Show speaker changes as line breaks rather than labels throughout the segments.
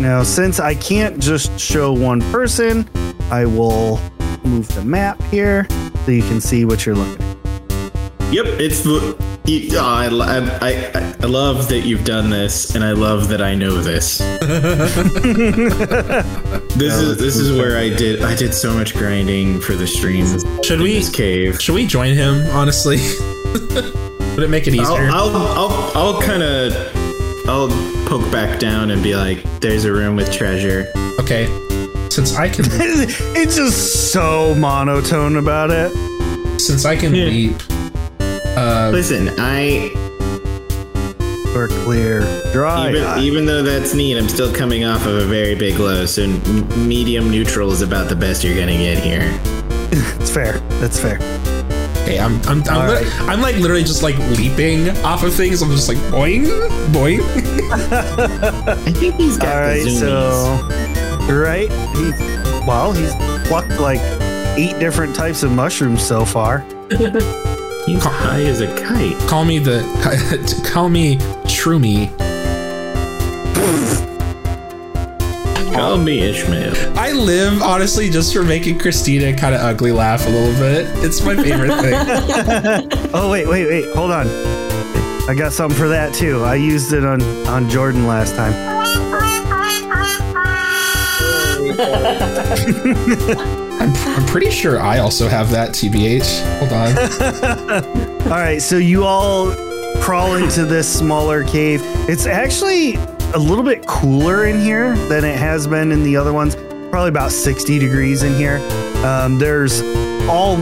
Now, since I can't just show one person, I will move the map here so you can see what you're looking at.
Yep, it's the. you- aw, I, lo- I, I, I love that you've done this, and I love that I know this. this is this is where I did I did so much grinding for the streams.
Should
in
we-
this cave?
Should we join him, honestly? Would it make it
I'll
easier?
I'll I'll, I'll kind of I'll poke back down and be like, "There's a room with treasure."
okay. Since I can
It's just so monotone about it.
since I can
Yeah.
leap uh
Listen, I
Or clear, dry.
even,
eye.
even though that's neat, I'm still coming off of a very big low, so m- medium neutral is about the best you're gonna get here.
It's fair. That's fair.
okay, I'm I'm I'm,
All
li-
right.
I'm like literally just like leaping off of things. I'm just like boing boing.
I think he's got
All
the
right,
zoomies.
so right, he's, well, he's plucked like eight different types of mushrooms so far.
He's high as a kite.
Call me the call me Shroomy.
Call me Ishmael.
I live honestly just for making Christina kind of ugly laugh a little bit. It's my favorite thing.
Oh wait, wait, wait, hold on. I got something for that too. I used it on on Jordan last time.
I'm, I'm pretty sure I also have that TBH. Hold on.
All right, so you all crawl into this smaller cave. It's actually a little bit cooler in here than it has been in the other ones. Probably about 60 degrees in here. Um, there's all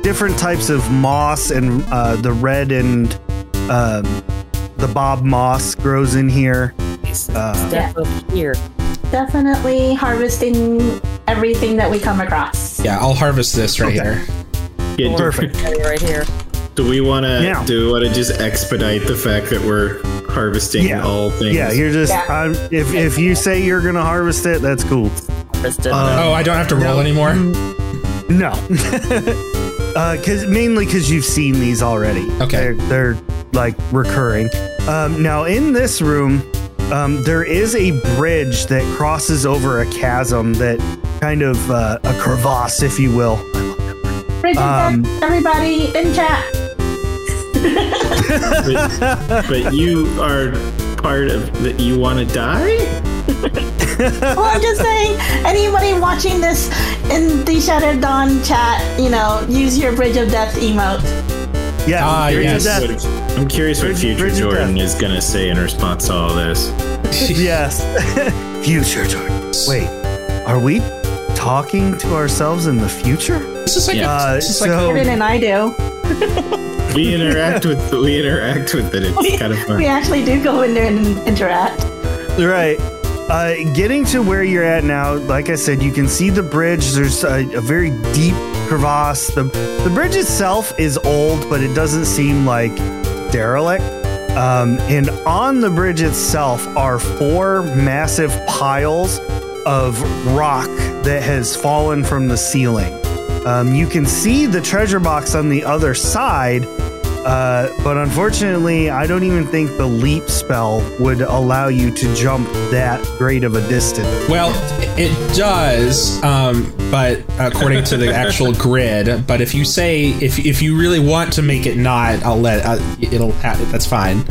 different types of moss and uh, the red and um, the bob moss grows in here. Uh,
Step up here.
Definitely harvesting everything that we come across.
Yeah, I'll harvest this right here.
Yeah, do-
perfect.
Area Right here.
Do, we want to?
Yeah.
Do we want to just expedite the fact that we're harvesting
Yeah.
all things?
Yeah, you're just
Yeah.
I'm, if if you say you're gonna harvest it, that's cool.
Kristen.
Uh,
Oh, I don't have to roll
No.
anymore.
No, because mainly because you've seen these already.
Okay.
they're, they're like recurring. Um, now in this room, um, there is a bridge that crosses over a chasm that kind of uh, a crevasse, if you will.
Bridget,
Um,
everybody in chat.
but you are part of that. You want to die?
Well, Oh, I'm just saying, anybody watching this in the Shattered Dawn chat, you know, use your Bridge of Death emote.
Yeah,
Ah,
bridge of
yes.
death.
What- I'm curious what
Bridge-
future
Bridge of
Jordan is gonna say in response to all this.
yes. future Jordan. Wait, are we talking to ourselves in the future?
This is like,
Yeah.
a,
Uh,
this is like
so
Jordan and I do.
We interact with we interact with it. It's kind of fun.
We actually do go in there and interact.
Right. Uh, getting to where you're at now, like I said, you can see the bridge. There's a, a very deep crevasse. The, the bridge itself is old, but it doesn't seem like derelict. Um, and on the bridge itself are four massive piles of rock that has fallen from the ceiling. Um, you can see the treasure box on the other side, uh, but unfortunately, I don't even think the leap spell would allow you to jump that great of a distance.
well, it does, um, but according to the actual grid. But if you say if if you really want to make it not, I'll let uh, it'll. ha- That's fine.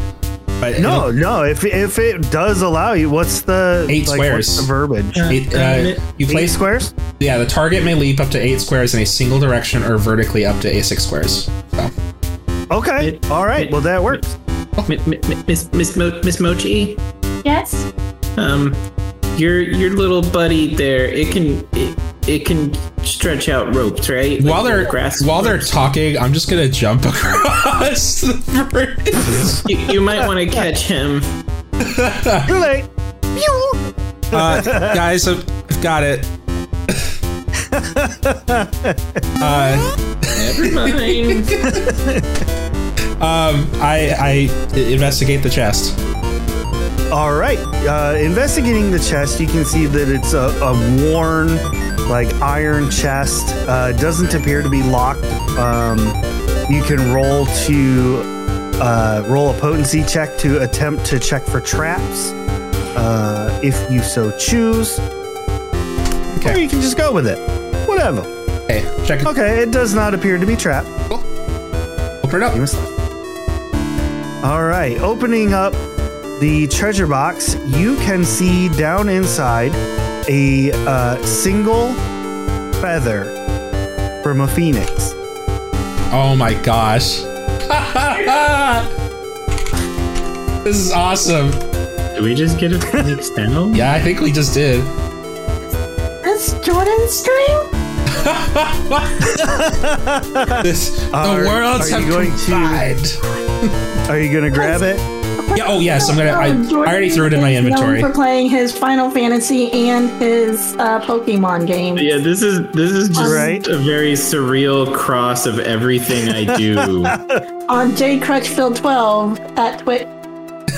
But
No, no. If if it does allow you, what's the
Eight
what's
squares.
the verbiage?
it'll- it, uh, you
Eight
place
squares.
yeah. The target may leap up to eight squares in a single direction or vertically up to a six squares. So
Okay.
It-
All right.
it-
well, that works.
Miss Miss Mo- Miss Mochi,
Yes?
um, your your little buddy there, it can it, it can stretch out ropes, right?
while they're while they're talking, I'm just gonna jump across the bridge.
you, you might want to catch him.
Too late. Pew!
Uh, guys, I've I've got it. uh,
Never mind.
um, I, I investigate the chest.
All right. Uh, investigating the chest, you can see that it's a, a worn, like iron chest. Uh, doesn't appear to be locked. Um, you can roll to uh, roll a potency check to attempt to check for traps, uh, if you so choose. Or you can just go with it. Whatever.
Hey, check it.
Okay, it does not appear to be trapped.
Open it
You
up.
missed that. All right, opening up the treasure box, you can see down inside a uh, single feather from a phoenix.
Oh my gosh. this is awesome.
Did we just get a phoenix down?
Yeah, I think we just did.
It's Jordan's dream?
This the
Are-
worlds
are you
have
going to-
combined.
Are you gonna grab it?
Yeah, oh yes, I'm gonna- I- I already threw it in my
is known
inventory.
For playing his Final Fantasy and his uh, Pokemon game.
Yeah, this is this is just
Right.
a very surreal cross of everything I do.
on J Crutchfield 12 at Twitch.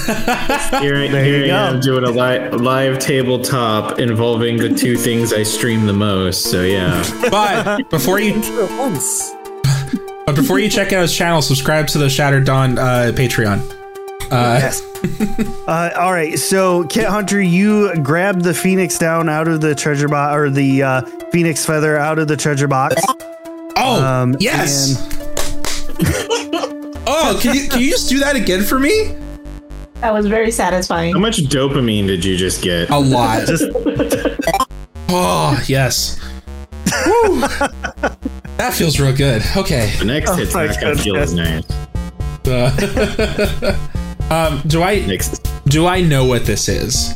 Here, I-
There you
here I am
go.
doing a li- live tabletop involving the two things I stream the most. So yeah,
But before you But before you check out his channel, subscribe to the Shattered Dawn uh, Patreon. Uh,
Yes. uh, all right. So, Kit Hunter, you grab the phoenix down out of the treasure box, or the uh, phoenix feather out of the treasure box.
Oh,
Um,
yes. oh, can you, can you just do that again for me?
That was very satisfying.
how much dopamine did you just get?
A lot. oh, yes. Woo. that feels real good. Okay.
The next hit's
oh my
not gonna feel as nice.
Uh, um, do I
Next,
do I know what this is?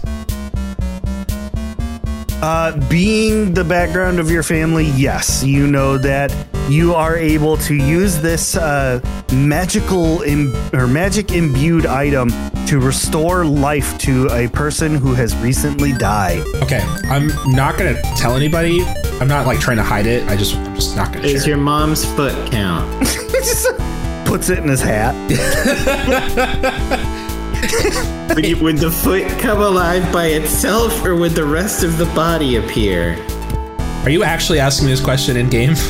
Uh, being the background of your family, yes, you know that you are able to use this uh, magical Im- or magic imbued item to restore life to a person who has recently died.
Okay, I'm not gonna tell anybody. I'm not like trying to hide it. I just I'm just not gonna
is
share.
your mom's foot count?
Puts it in his hat.
Would, you- would the foot come alive by itself, or would the rest of the body appear?
Are you actually asking me this question in game?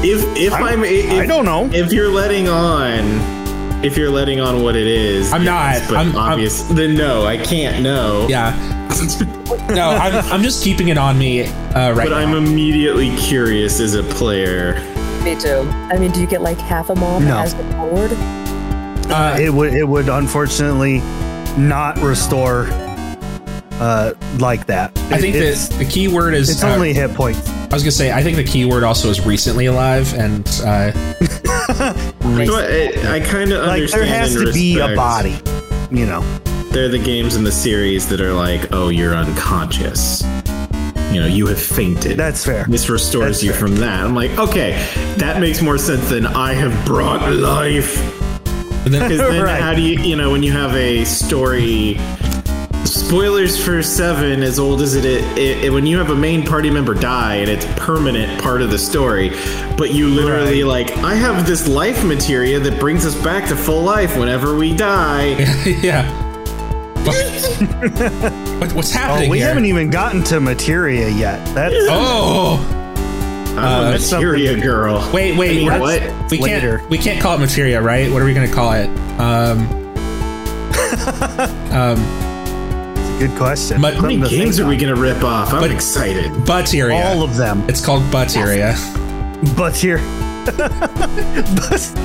If if I'm,
I'm-
if,
I don't know.
If you're letting on, if you're letting on what it is,
I'm
yes,
not.
But
I'm- I'm-
obvious. then no, I can't know.
Yeah. No, I'm, I'm just keeping it on me uh, right
But
now.
I'm immediately curious as a player.
Me too. I mean, do you get like half a mom
No.
as the reward?
uh,
It would it would unfortunately not restore uh, like that.
I think
it's,
that the key word is.
it's
uh,
only hit points.
I was gonna say. I think the key word also is recently alive, and uh,
So uh, I, I kind of
Like
understand.
there has
and
to be a
respect
body, you know.
They're the games in the series that are like, oh, you're unconscious. You know, you have fainted.
That's fair.
this restores
that's
you
fair.
from that. I'm like, okay, that makes more sense than I have brought life.
and then
Because then,
Right.
how do you, you know, when you have a story, spoilers for Seven, as old as it is, it, it- when you have a main party member die and it's permanent part of the story, but you literally, like, I have this life materia that brings us back to full life whenever we die.
yeah. What, what- what's
Oh,
happening
we
here?
haven't even gotten to materia yet. That's
oh, Uh,
I'm a
that's
materia
something-
girl.
wait, wait.
I mean,
we're-
what?
We
Later.
can't. We can't call it materia, right? What are we gonna call it? Um,
a good question.
But- How
How
Something
many
to
games
think
are we
on.
going to rip off? I'm
But-
excited.
butteria.
All of them.
it's called butteria.
But here. But-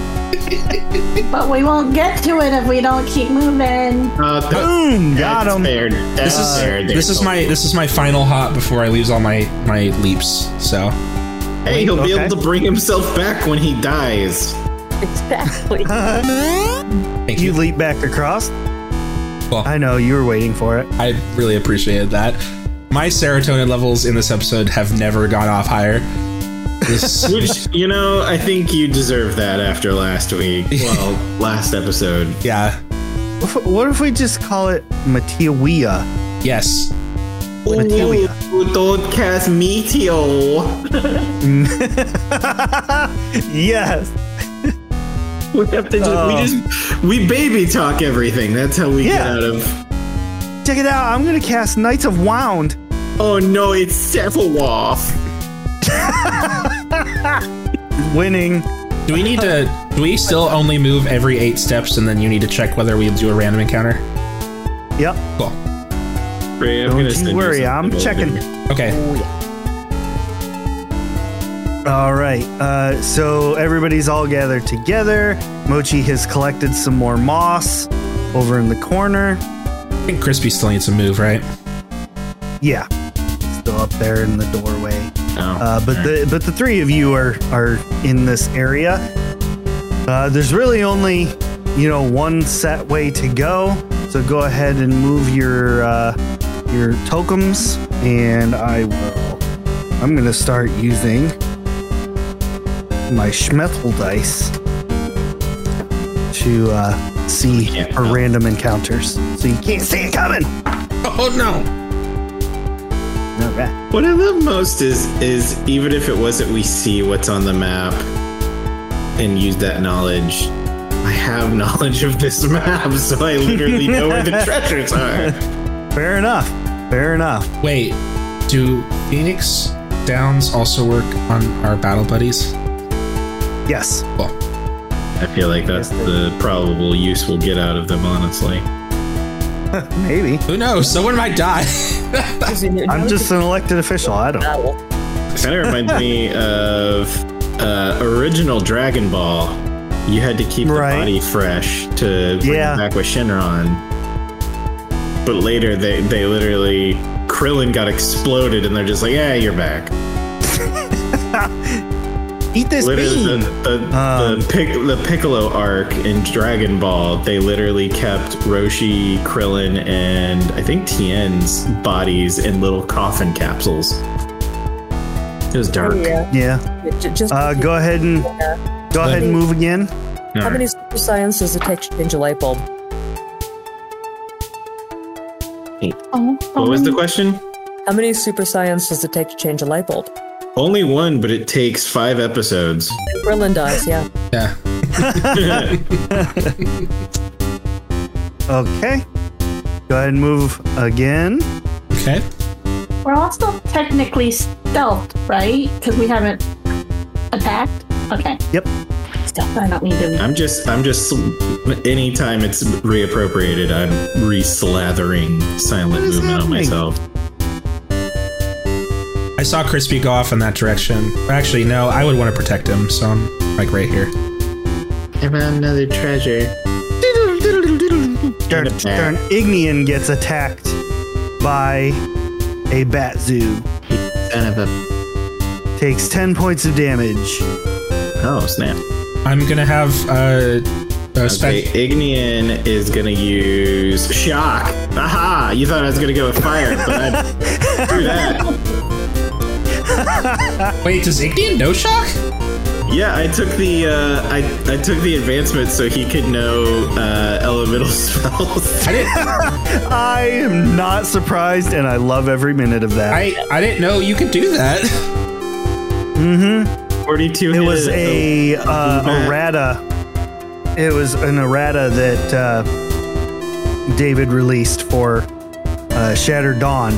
But we won't get to it if we don't keep moving.
Uh, th-
boom! Got
that's
him.
fair. That's
This is
fair.
this is my this is my final hop before I lose all my my leaps. So
Hey, he'll be
Okay.
able to bring himself back when he dies.
Exactly.
thank
You
you.
leap back across.
Well.
I know you were waiting for it.
I really appreciated that. My serotonin levels in this episode have never gone off higher. This,
Which, you know, I think you deserve that after last week. Well, last episode.
yeah,
If- What if we just call it Matiawia?
Yes.
Matelia.
Ooh, don't cast Meteo.
yes.
We have to just,
Oh.
we just we baby talk everything. That's how we get
Yeah.
out of.
Check it out. I'm gonna cast Knights of Wound.
Oh no, it's Sephiroth.
Winning.
Do we need to? Do we still only move every eight steps, and then you need to check whether we do a random encounter?
Yep.
Cool.
Ray, I'm
Don't
gonna
you
send you
worry,
something
I'm
over.
checking.
Okay.
All right. Uh, so everybody's all gathered together. Mochi has collected some more moss over in the corner.
I think Crispy still needs to move, right?
Yeah, still up there in the doorway.
Oh.
Uh, but the but the three of you are are in this area. Uh, there's really only you know one set way to go. So go ahead and move your uh, your tokems, and I will. I'm gonna start using my Schmethel dice to uh, see
Can't
our
tell.
random encounters. So you can't see it coming.
Oh no!
All right.
What I love most is is even if it wasn't we see what's on the map and use that knowledge. I have knowledge of this map, so I literally know where the treasures are.
Fair enough. Fair enough.
Wait. Do Phoenix Downs also work on our battle buddies?
Yes.
Cool.
I feel like that's the probable use we'll get out of them, honestly.
Maybe.
Who knows? Someone might die.
I'm just an elected official. I don't.
Owl.
Kind of reminds me of uh, original Dragon Ball. You had to keep
Right.
the body fresh to bring
Yeah.
it back with Shenron. But later, they they literally Krillin got exploded, and they're just like, "Yeah, you're back."
Eat this
Literally,
bean.
the the,
Um,
the, pic, the Piccolo arc in Dragon Ball, they literally kept Roshi, Krillin, and I think Tien's bodies in little coffin capsules. It was dark.
Oh, Yeah.
yeah.
J- Just
Uh, go ahead and
How
go ahead and move again.
All right.
many super science does it take to change a light bulb?
Oh,
What was the question?
How many super science does it take to change a light bulb?
Only one, but it takes five episodes.
Berlin does, yeah.
yeah.
Okay. Go ahead and move again.
Okay.
We're all still technically stealthed, right? Because we haven't attacked. Okay.
Yep.
Stealth. I don't need to.
I'm just, I'm just, anytime it's reappropriated, I'm re slathering silent
What is
movement on
happening?
myself.
I saw Crispy go off in that direction. Actually, no. I would want to protect him, so I'm like right here.
I found another treasure.
Darn, darn. Ignian gets attacked by a bat zoo.
Son of a.
Takes ten points of damage.
Oh, snap.
I'm gonna have uh, a
Okay,
spec.
Ignian is gonna use shock. Aha! You thought I was gonna go with fire, but I threw that.
Wait, does Ignian no shock?
Yeah, I took the uh, I I took the advancement so he could know uh, elemental spells.
I didn't.
I am not surprised, and I love every minute of that.
I I didn't know you could do that.
Forty-two.
It was
hit.
a
oh,
uh,
Bat.
errata. It was an errata that uh, David released for uh, Shattered Dawn.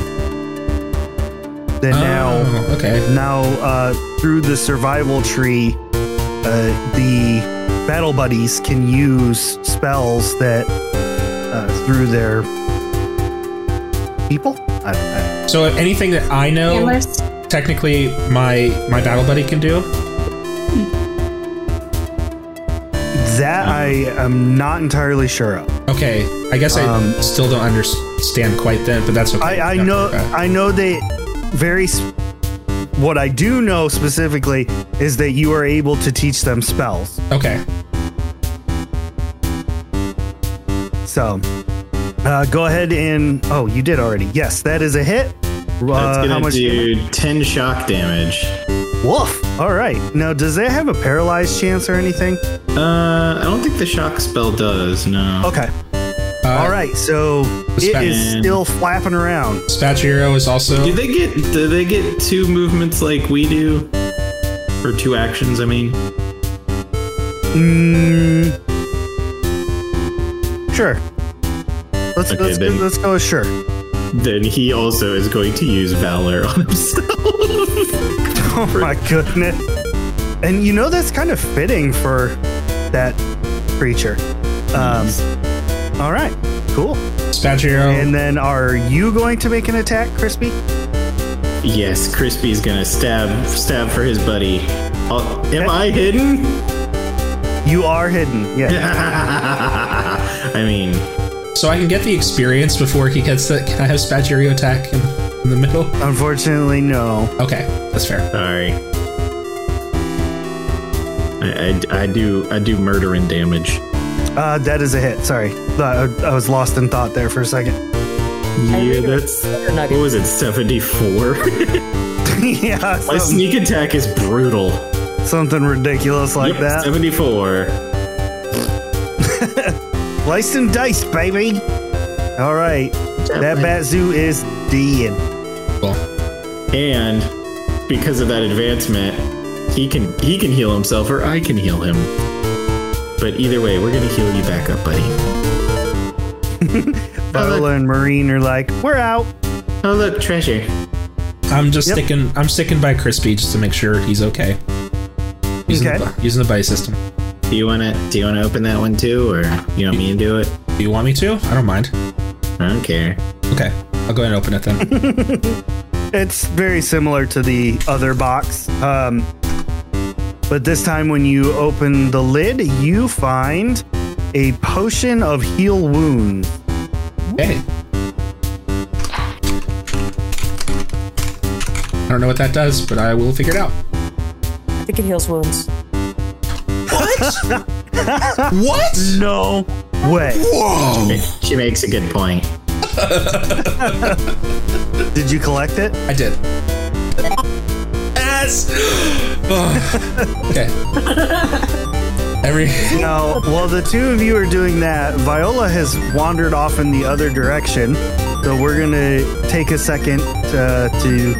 That now,
Oh, okay.
now uh, through the survival tree, uh, the battle buddies can use spells that uh, through their people. I don't know.
So anything that I know,
Unless
technically my my battle buddy can do.
That I am not entirely sure of.
Okay. I guess
Um,
I still don't understand quite then, but that's okay.
I, I
Yeah,
know
okay.
I know that very s- what I do know specifically is that you are able to teach them spells.
Okay.
So uh, go ahead and oh, you did already. Yes, that is a hit.
That's
Uh,
gonna
how much?
do ten shock damage.
Woof. All right. Now, does that have a paralyzed chance or anything?
Uh, I don't think the shock spell does. No.
Okay. All right, so it is
Spatman.
still flapping around.
Spatchero is also
Do they get do they get two movements like we do? Or two actions, I mean.
Mm, sure. Let's
Okay,
let's,
then-
let's go with sure.
Then he also is going to use valor on himself.
Oh my goodness! And you know that's kind of fitting for that creature. Um, all right, cool.
Spatchero.
And then are you going to make an attack, Crispy?
yes, Crispy's gonna stab stab for his buddy. Uh, am I hidden?
You are hidden. Yeah.
I mean,
so I can get the experience before he gets that. Can I have Spatchero attack in, in the middle?
Unfortunately, no.
Okay, that's fair.
sorry. I, I, I do I do murder and damage.
Uh, that is a hit. Sorry, I, I was lost in thought there for a second.
Yeah,
think it
that's
was-
what was it, seventy four?
yeah,
My
something,
sneak attack is brutal.
something ridiculous like
Yep,
that.
seventy four.
Slice and dice, baby. All right, that bat zoo is dead.
Cool.
and because of that advancement he can he can heal himself or i can heal him but either way we're gonna heal you back up buddy
Butler and Marine are like, we're out.
oh look treasure
I'm just
Yep.
sticking. I'm sticking by Crispy just to make sure he's okay. Using
Okay.
The, bu- using the buddy system.
do you want to do you want to open that one too or you want me to do it
Do you want me to? I don't mind.
i don't care
Okay, I'll go ahead and open it then.
It's very similar to the other box. Um, but this time, when you open the lid, you find a potion of heal wounds.
okay. I don't know what that does, but I will figure it out.
I think it heals wounds.
What?
No way.
Whoa!
she makes a good point
Did you collect it?
I did. Yes. Ugh. okay. Every
Now, while the two of you are doing that, Viola has wandered off in the other direction. So we're going to take a second uh, to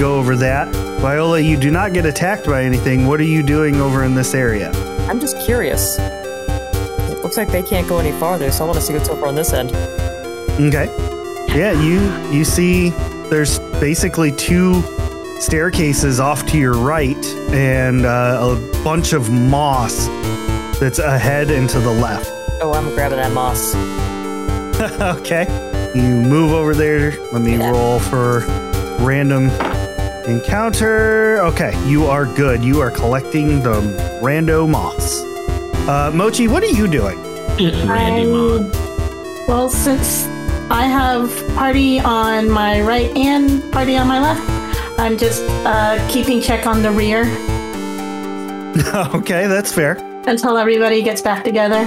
go over that. Viola, you do not get attacked by anything. What are you doing over in this area?
I'm just curious. It looks like they can't go any farther, so I want to see what's over on this end.
Okay. Yeah, you you see there's basically two staircases off to your right and uh, a bunch of moss that's ahead and to the left.
Oh, I'm grabbing that moss.
Okay. You move over there. Let me roll for random encounter. Okay, you are good. You are collecting the rando moss. Uh, Mochi, what are you doing?
randy Mon.
Well, since I have party on my right and party on my left, I'm just uh, keeping check on the rear
okay, that's fair.
until everybody gets back together.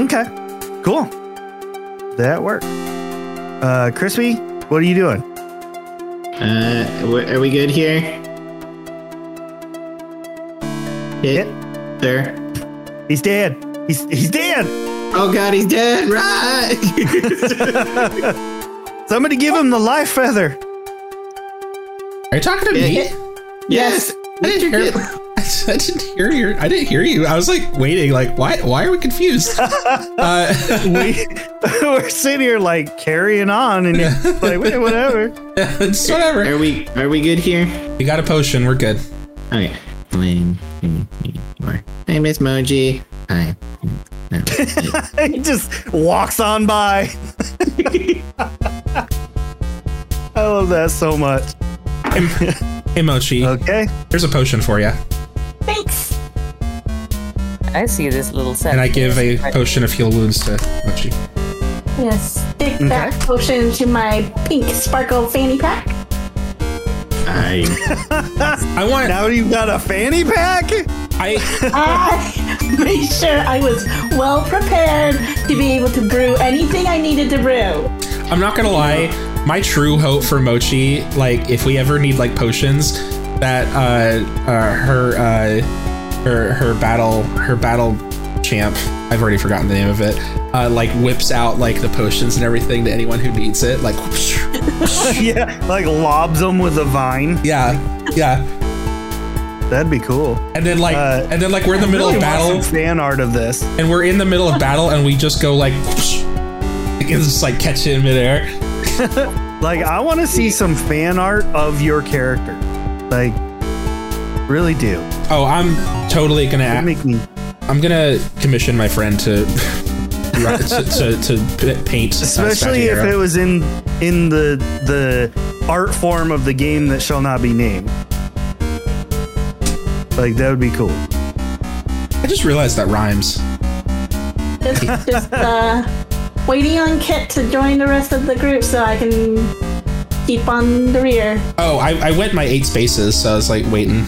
Okay, cool. That worked. Uh, Crispy, what are you doing?
uh wh- are we good here hit there
He's dead. He's he's dead.
oh god he's dead right
Somebody give him the life feather.
are you talking to me?
yes
I didn't hear. I didn't hear your. I didn't hear you. I was like waiting. Like why? Why are we confused? uh,
We we're sitting here like carrying on, and you're like, "Wait, whatever.
it's whatever.
Are we are we good here?
We got a potion. We're good.
Okay. Lane, Lane, Lane, you are. Hey, Miss Moji. Hi.
he just walks on by. I love that so much.
Hey Mochi,
Okay.
here's a potion for you,
Thanks.
I see this little set.
and I give a potion of heal wounds to Mochi.
Yes. Stick that potion to my pink sparkle fanny pack.
I
I want.
Now you've got a fanny pack?
I
I made Ah, sure I was well prepared to be able to brew anything I needed to brew.
I'm not gonna lie. My true hope for Mochi, like if we ever need like potions, that uh, uh her uh her her battle her battle champ. I've already forgotten the name of it. Uh, like whips out like the potions and everything to anyone who needs it. Like,
yeah, like lobs them with a vine.
yeah, yeah.
That'd be cool.
And then like,
Uh,
and then like we're in the middle
Really
of
want
battle,
some fan art of this.
and we're in the middle of battle, and we just go like, like it's just like catch it in midair.
Like, I want to see some fan art of your character. Like, really do.
Oh, I'm totally gonna.
It'd make me
I'm gonna commission my friend to to, to, to p- paint, uh,
especially if
Stagiairo.
it was in in the the art form of the game that shall not be named. Like that would be cool.
I just realized that rhymes.
Just, just uh, waiting on Kit to join the rest of the group so I can keep on the rear.
Oh, I, I went my eight spaces, so I was like waiting.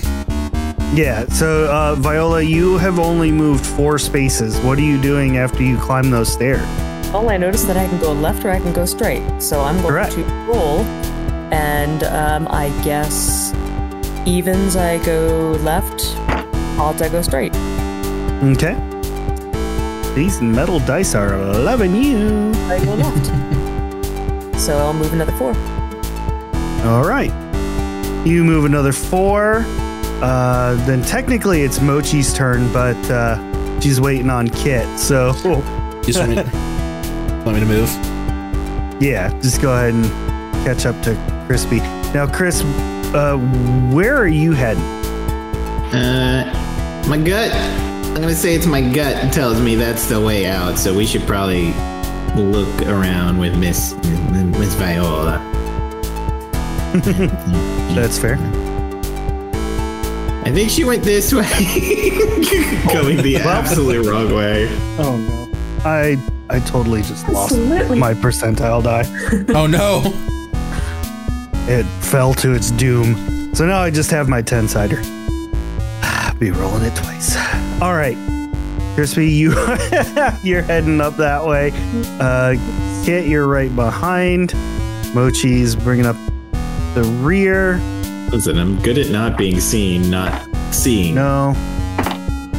Yeah. So uh, Viola, you have only moved four spaces. What are you doing after you climb those stairs?
All I noticed that I can go left or I can go straight. So I'm going
Correct.
to roll, and um, I guess evens I go left, odds I go straight.
Okay. These metal dice are loving you.
I go left. so I'll move another four.
All right. You move another four. Uh, then technically it's Mochi's turn, but uh, she's waiting on Kit. So.
You just want me, want me to move?
Yeah, just go ahead and catch up to Crispy. Now, Chris, uh, where are you heading?
Uh, my gut. I'm gonna say it's my gut tells me that's the way out. So we should probably look aroround with Miss Miss Viola.
That's fair.
I think she went this way, going the absolute wrong way.
Oh no, I I totally just lost
Absolutely.
my percentile die.
Oh no!
It fell to its doom. So now I just have my ten sider. Be rolling it twice. All right, Crispy, you you're heading up that way. Uh, Kit, you're right behind. Mochi's bringing up the rear.
Listen, I'm good at not being seen, not seeing.
No.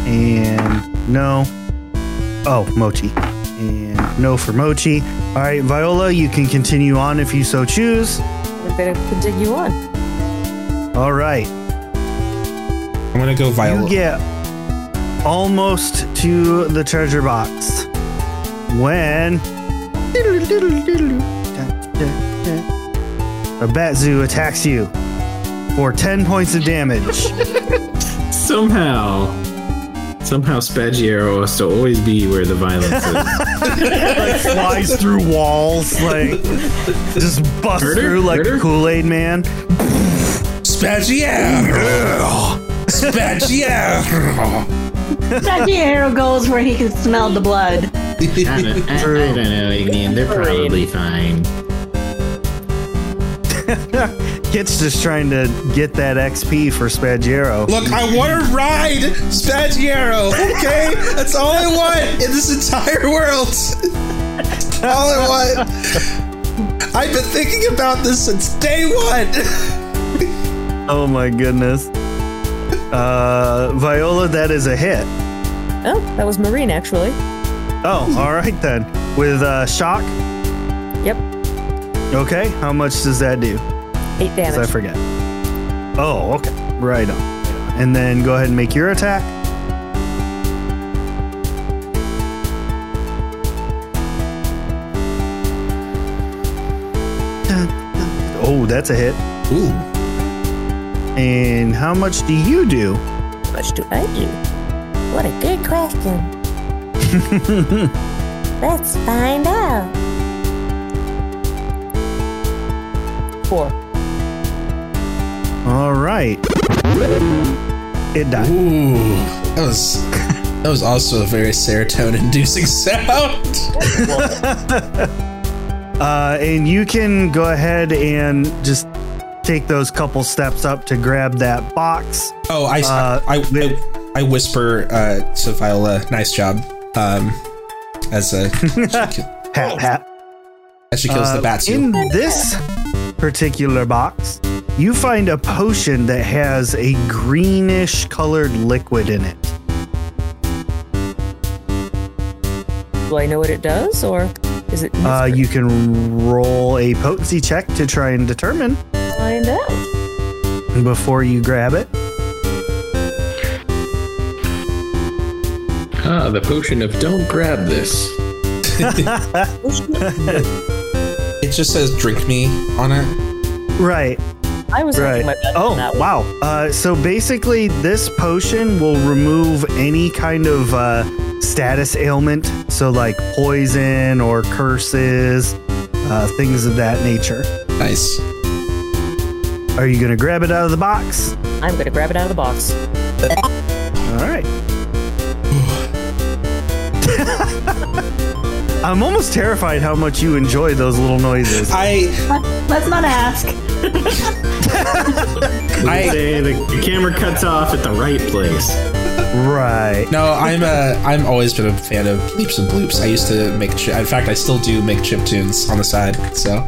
And no. Oh, Mochi. And no for Mochi. All right, Viola, you can continue on if you so choose.
I'm gonna continue on.
All right.
I'm gonna go
You
violet.
get almost to the treasure box when a Batzu attacks you for 10 points of damage.
Somehow, somehow Spagiero has to always be where the violence is.
flies through walls, like just busts
Murder?
through like
Murder?
a Kool Aid man.
Spagiero! Spagiero!
Stagiairo E. goes where he can smell the blood.
I don't, I, I don't know, Ignian. They're probably fine.
Kit's just trying to get that XP for Spagiero.
Look, I want to ride Spagiero, okay? That's all I want in this entire world. all I want. I've been thinking about this since day one.
Oh my goodness. Uh, Viola, that is a hit.
Oh, that was Marine actually.
Oh, all right then. With uh, shock.
Yep,
Okay, how much does that do?
eight
Because I
damage.
forget. Oh, okay. Right on. And then go ahead and make your attack. Oh, that's a hit.
Ooh.
And how much do you do?
How much do I do? What a good question. Let's find out. Four.
All right. It died.
Ooh. That was. That was also a very serotonin inducing sound.
Uh, and you can go ahead and just take those couple steps up to grab that box.
Oh, I,
Uh,
I,
with-
I, I whisper uh, to Viola, nice job. Um, as a,
Pat, pat.
as she kills
Uh,
the bats.
In this particular box, you find a potion that has a greenish colored liquid in it.
Do I know what it does, or is it?
Uh,
mystery?
you can roll a potency check to try and determine
find out.
before you grab it.
Ah, the potion of don't grab this.
It just says drink me on it.
Right.
I was
Right.
making my bed
Oh,
on that
wow. Uh, so basically, this potion will remove any kind of uh, status ailment. So, like poison or curses, uh, things of that nature.
Nice.
Are you going to grab it out of the box?
one. I'm gonna grab it out of the box.
All right. I'm almost terrified how much you enjoy those little noises.
I
Let's not ask.
I
Say the camera cuts off at the right place.
Right.
No, I'm a. I'm always been a fan of bleeps and bloops. I used to make. Chi- in fact, I still do make chip tunes on the side. So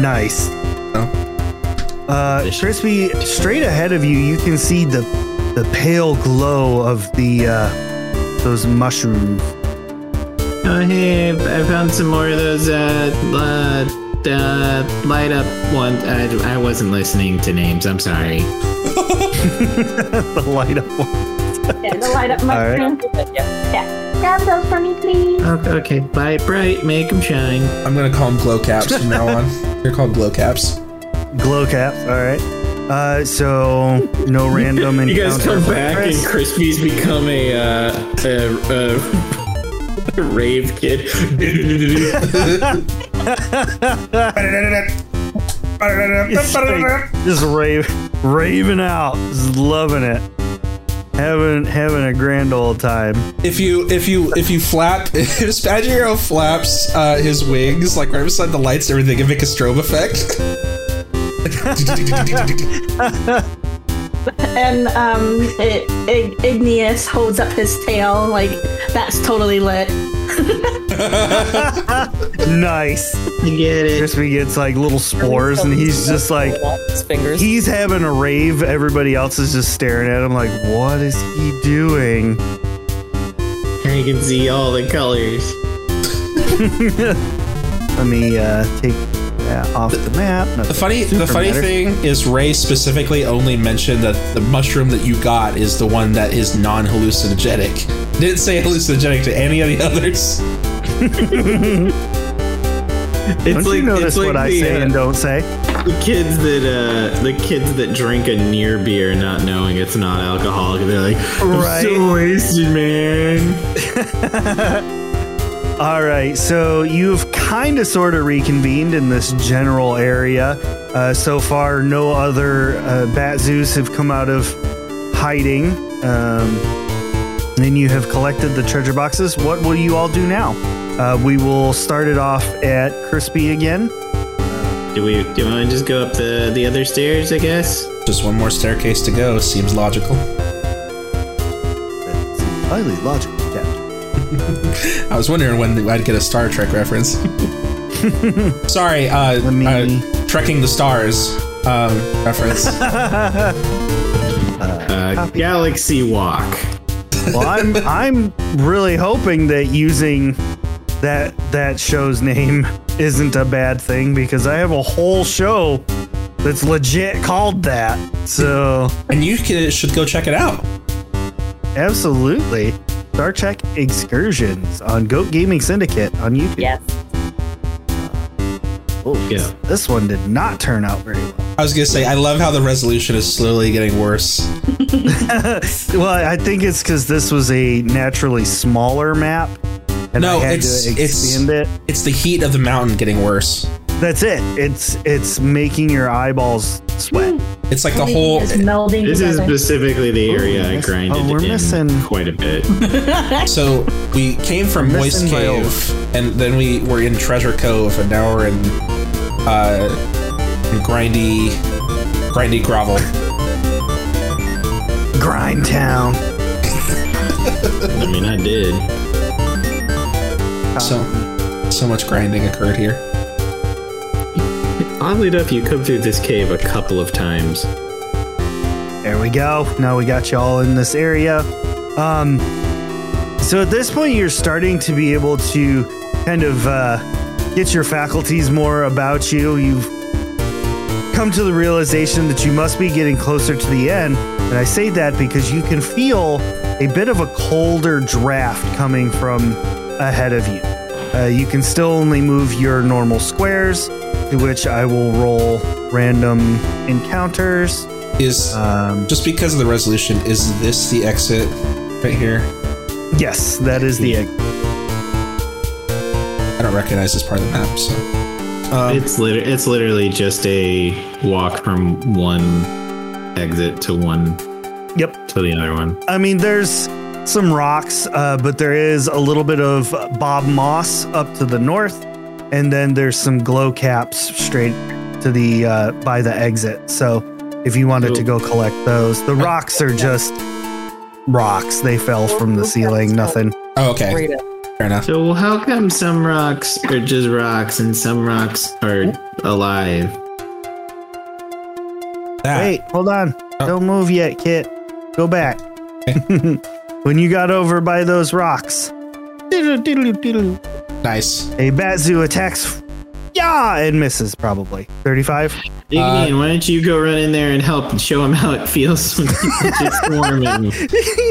Nice.
Oh.
No.
Uh, Crispy, straight ahead of you, you can see the the pale glow of the uh, those mushrooms.
Oh, hey, I found some more of those, uh, uh, uh light up one. I, I wasn't listening to names, I'm sorry.
the light up. one.
Yeah, the light up
right.
mushroom.
Yeah.
Grab those for me, please.
Okay, okay. light bright, make them shine.
I'm gonna call them glow caps from now on. They're called glow caps.
Glow caps. All right. Uh, so no random
You
encounter.
guys come
for
back and
Chris.
Crispy's become a, uh, a, a rave kid.
It's like just rave, raving out, just loving it, having having a grand old time.
If you if you if you flap if Spagiro flaps uh, his wings like right beside the lights, and everything can make a strobe effect.
And um, I I- Igneous holds up his tail like that's totally lit.
Nice.
You get it.
Crispy gets like little spores, and he's just like
his fingers.
he's having a rave. Everybody else is just staring at him like, what is he doing?
I can see all the colors.
Let me uh, take that off the map. Not
The
that
funny
it super
the funny
matters.
thing is Ray specifically only mentioned that the mushroom that you got is the one that is non hallucinogenic. Didn't say hallucinogenic to any of the others.
It's
Don't you notice
it's like
what I
the,
say
uh,
and don't say?
The kids that uh, the kids that drink a near beer, not knowing it's not alcoholic, they're like, I'm
Right.
so wasted, man.
All right, so you've kind of sort of reconvened in this general area. Uh, so far, no other uh, bat zoos have come out of hiding. Um, and you have collected the treasure boxes. What will you all do now? Uh, we will start it off at Crispy again.
Do we? Do you want to just go up the the other stairs? I guess.
Just one more staircase to go seems logical.
That's highly logical, Captain.
I was wondering when I'd get a Star Trek reference. Sorry, uh,
Let me-
uh, trekking the stars um, reference.
Uh, galaxy walk.
Well, I'm I'm really hoping that using that that show's name isn't a bad thing because I have a whole show that's legit called that. So
and you can, should go check it out.
absolutely, Star Trek Excursions on Goat Gaming Syndicate on YouTube.
Yes.
Oh,
Yeah.
This one did not turn out very well.
I was gonna say, I love how the resolution is slowly getting worse.
Well, I think it's because this was a naturally smaller map, and
No,
I had
it's-
to
it's-
expand it.
It's the heat of the mountain getting worse.
That's it. It's it's making your eyeballs sweat.
It's like the whole.
It's melding
This is
together.
specifically the area I
miss-
grinded
oh, we're
in
missing-
quite a bit.
So we came from Moist
Missing
Cave, and then we were in Treasure Cove, and now we're in uh, Grindy, Grindy Grovel.
Grind Town.
I mean, I did.
So, so much grinding occurred here.
Oddly enough, you come through this cave a couple of times.
There we go. Now we got y'all in this area. Um, So at this point, you're starting to be able to kind of uh, get your faculties more about you. You've come to the realization that you must be getting closer to the end. And I say that because you can feel a bit of a colder draft coming from ahead of you. Uh, you can still only move your normal squares, to which I will roll random encounters.
Is
Um,
just because of the resolution, is this the exit right here?
yes, that is the
I don't recognize this part of the map, so. Um,
It's liter- it's literally just a walk from one exit to one
Yep.
to the other one.
I mean, there's some rocks, uh, but there is a little bit of bob moss up to the north, and then there's some glow caps straight to the uh, by the exit. So, if you wanted to go collect those, the rocks are just rocks. They fell from the ceiling. Nothing.
oh, okay.
Great.
Fair enough.
So how come some rocks are just rocks and some rocks are alive?
That.
Wait, hold on.
Ah. Oh.
Don't move yet, Kit. Go back. when you got over by those rocks,
Nice.
a bat zoo attacks. Yeah, and misses probably thirty-five. Uh,
Igneen, why don't you go run in there and help and show him how it feels when it's just warming?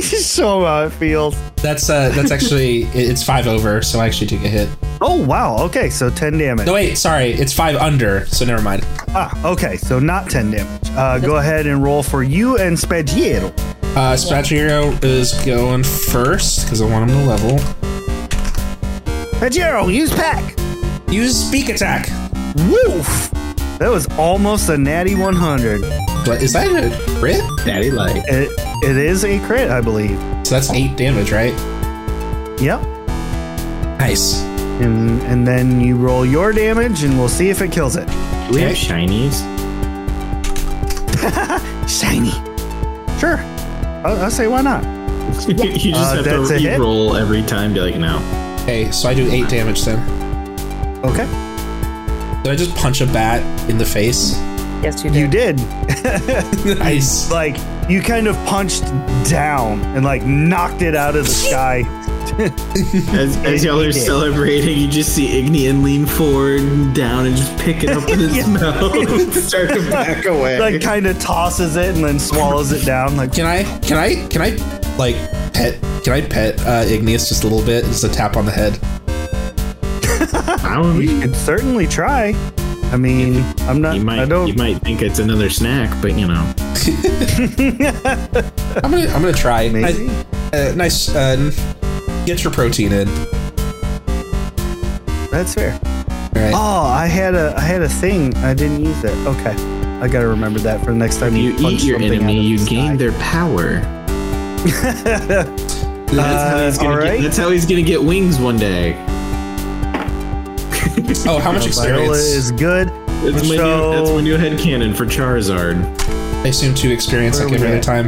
so how it feels.
That's uh, that's actually it- it's five over, so I actually took a hit.
Oh wow. Okay, so ten damage.
No, wait, sorry, it's five under, so never mind.
Ah, okay, so not ten damage. Uh, go ahead and roll for you and Spaghetti.
Uh, Spatchero is going first because I want him to level.
Spaghetti, use pack.
Use speak attack.
Woof. That was almost a natty 100.
But is that a crit?
Daddy like.
It, it is a crit, I believe.
So that's eight damage, right?
Yep.
Nice.
And and then you roll your damage, and we'll see if it kills it.
Do we have shinies?
Shiny. Sure. I'll, I'll say why not.
you just
Uh,
have
that's
to
a hit?
re-roll every time. Be like, no.
Okay, so I do eight damage then.
Okay.
Did I just punch a bat in the face?
Yes, you
You
did.
did.
nice.
like you kind of punched down and like knocked it out of the sky.
As, as y'all are celebrating, you just see Ignean lean forward and down and just pick it up in his mouth and start to back away.
like kind of tosses it and then swallows it down. Like
Can I? Can I? Can I? Like pet? Can I pet uh, Igneous just a little bit? Just a tap on the head.
I don't
you
know.
could certainly try. I mean, I'm not.
You
I
might, you
don't.
might think it's another snack, but you know.
I'm gonna. I'm gonna try.
Maybe.
I- uh, nice. Uh, get your protein in. All
That's fair.
right.
Oh, I had a I had a thing. I didn't use it. Okay, I gotta remember that for the next time
You
punch
eat your
something out
enemy,
of
you
the
gain their power.
sky.
That's, how he's gonna
Uh, all right.
get, that's how he's gonna get wings one day.
Oh, how much
Viola
experience?
is good.
That's my,
So-
new, that's my new headcanon for Charizard.
I assume two experience
Where are
like
we
every other
at?
time.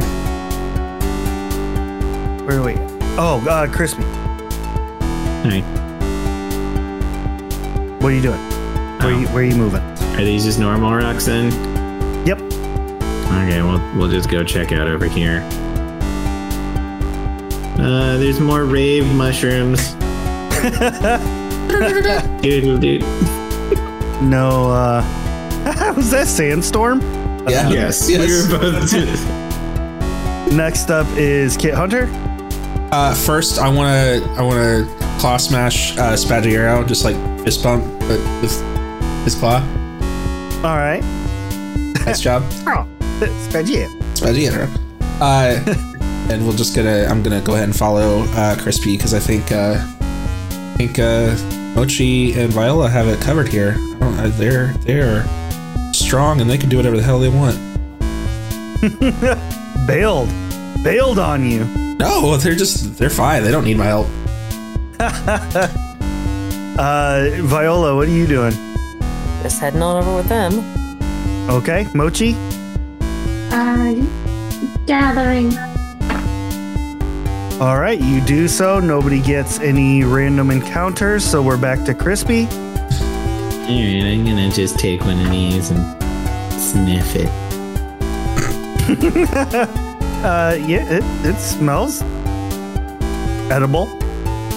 Where are we? at? Oh, uh, crispy.
Hey,
What are you doing? Where
Oh.
you, where are you moving?
are these just normal rocks then?
Yep.
Okay, well, we'll just go check out over here. Uh, there's more rave mushrooms. Doodle doot.
No. uh... Was that sandstorm?
Yeah.
Yes,
Yes.
we were both.
Next up is Kit Hunter.
Uh, first, I want to I want to claw smash uh, Spaggiero, just like fist bump, but with his claw.
All right.
Nice job,
Oh, Spaghetti.
Spaggiero. Uh, and we're just gonna I'm gonna go ahead and follow uh, Crispy because I think uh, I think uh, Mochi and Viola have it covered here. I don't- uh, They're they're strong and they can do whatever the hell they want.
bailed bailed on you
No, they're just they're fine. They don't need my help.
uh viola what are you doing
Just heading on over with them.
okay mochi
Uh, gathering.
all right you do so nobody gets any random encounters so we're back to crispy
Alright, I'm gonna just take one of these and sniff it.
uh yeah it, it smells edible.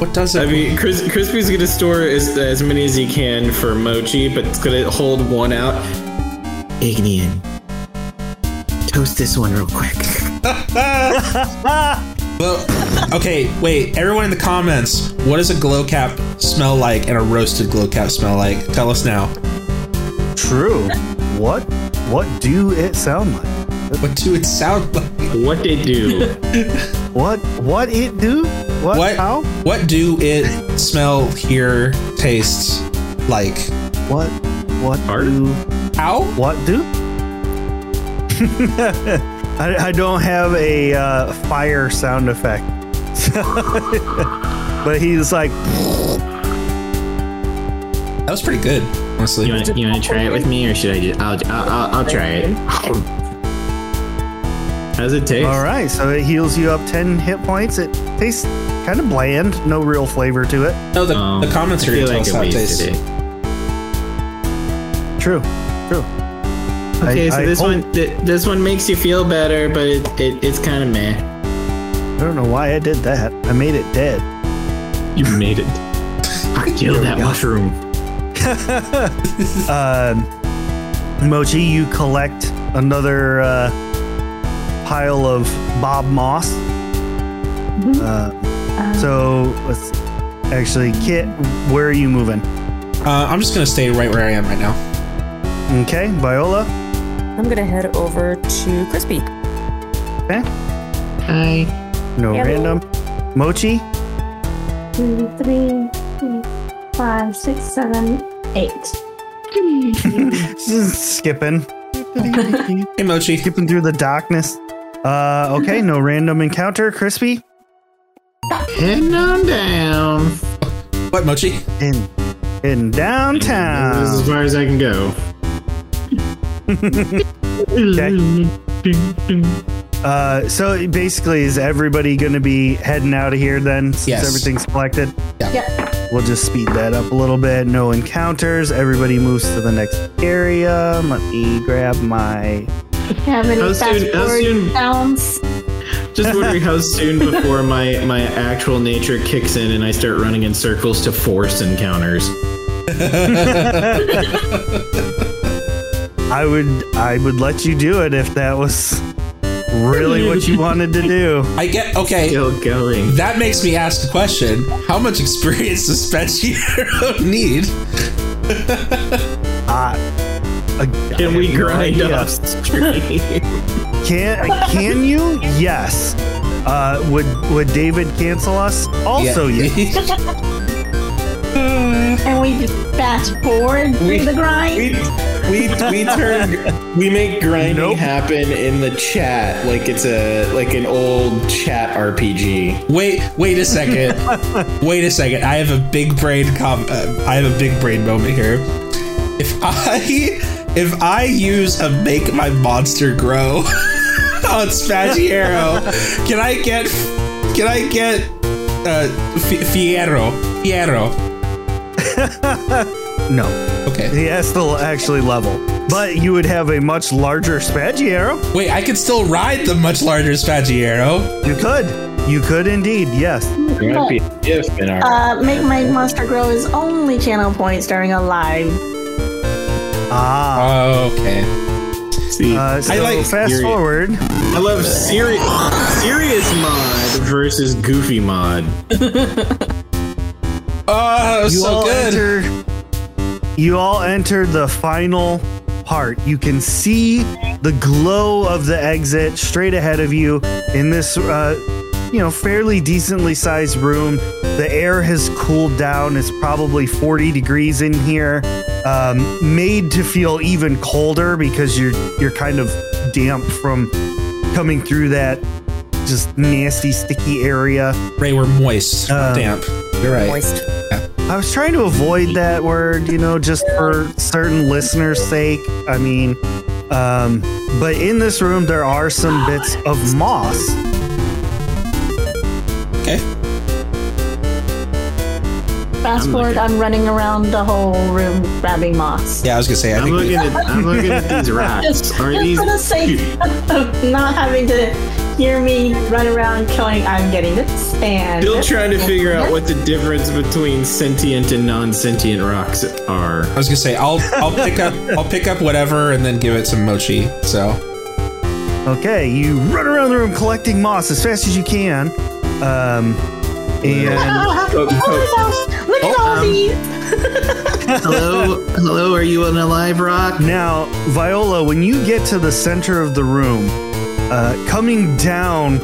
What does it
I mean, Cris- Crispy's gonna store as, as many as he can for Mochi, but it's gonna hold one out. Ignian, toast this one real quick.
Well, okay, wait. Everyone in the comments, what does a glow cap smell like and a roasted glow cap smell like? Tell us now.
True. What? What do it sound like?
What do it sound like?
What they do?
What? What it do? What?
What?
How?
What do it smell, hear, taste like?
What? What
Art?
do?
How?
What do? I, I don't have a uh, fire sound effect, but he's like,
That was pretty good, honestly.
You want you want to try it with me, or should I just? I'll I'll, I'll, I'll try it. How's it taste?
all right. So it heals you up ten hit points. It tastes kind of bland. No real flavor to it.
No, the,
Um,
the comments
I
are
feel
gonna tell
like
us
it wasted
how it tastes.
it.
True. True.
Okay,
I-
so
I
this
hope-
one th- this one makes you feel better, but it, it it's kind of meh.
I don't know why I did that. I made it dead.
You made it. I killed that mushroom.
um, Mochi, you collect another uh, pile of Bob Moss. Uh, so let's actually, Kit, where are you moving?
Uh, I'm just gonna stay right where I am right now.
Okay, Viola.
I'm gonna head over to Crispy.
Eh? No
Hello.
random. Mochi,
Two, three, three, five, six, seven, eight.
just skipping,
Hey, Mochi.
skipping through the darkness. Uh, okay, no random encounter. Crispy,
Heading on down.
What, Mochi?
in in
This is as
downtown.
far as I can go.
Uh, so basically, is everybody going to be heading out of here then? Since
Yes.
everything's collected.
Yeah.
We'll just speed that up a little bit. No encounters. Everybody moves to the next area. Let me grab my.
Have any
How
fast
soon- how soon-
forward sounds?
Just wondering how soon before my my actual nature kicks in and I start running in circles to force encounters.
I would. I would let you do it if that was really what you wanted to do.
I get okay.
Still going.
That makes me ask the question: How much experience does Specchiero need?
I,
Can we grind
idea.
up stream?
can. Can you? Yes. Uh, would Would David cancel us? Also, yes.
And we just fast forward
We-
through the grind?
We we we turn we make grinding
Nope.
happen in the chat like it's a like an old chat RPG.
Wait, wait a second. wait a second. I have a big brain com- uh, I have a big brain moment here. If I if I use a make my monster grow on Spaggiero, can I get can I get uh Fi Fierro Fierro?
No.
Okay.
He has to actually level, but you would have a much larger Spaggiero.
Wait, I could still ride the much larger Spaggiero.
You could. You could indeed. Yes.
But,
in our
uh, Make My Monster Grow is only channel points during a live.
Ah.
Okay.
see.
Uh, so
I like
fast
Fury.
forward.
I love serious serious mod versus goofy mod.
Oh, that was
You
so
all
good.
enter. You all enter the final part. You can see the glow of the exit straight ahead of you in this, uh, you know, fairly decently sized room. The air has cooled down. It's probably 40 degrees in here, um, made to feel even colder because you're you're kind of damp from coming through that just nasty sticky area.
Ray, we're moist,
Um,
damp. You're right.
Moist.
I was trying to avoid that word, you know, just for certain listeners' sake. I mean, um, but in this room, there are some bits of moss.
Okay.
fast forward, I'm running around the whole room grabbing moss.
Yeah, I was gonna say. I
I'm
think we,
looking at I'm looking at these rocks.
Just,
Are
just
these
for the sake
cute?
of not having to hear me run around killing, I'm getting this and
Still
this.
trying to figure out what the difference between sentient and non-sentient rocks are.
I was gonna say I'll I'll pick up I'll pick up whatever and then give it some mochi. So
Okay, you run around the room collecting moss as fast as you can. Um, and
Oh, oh, oh, no. Look at
Oh,
all
um,
these.
hello, hello. Are you an alive rock?
now, Viola, when you get to the center of the room, uh, coming down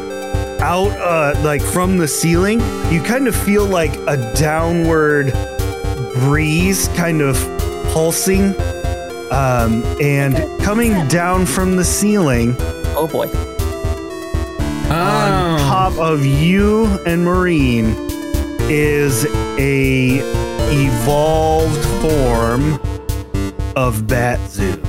out uh, like from the ceiling, you kind of feel like a downward breeze kind of pulsing. Um, and coming down from the ceiling
Oh boy.
Uh-huh.
on top of you and Marine is a evolved form of Batzu.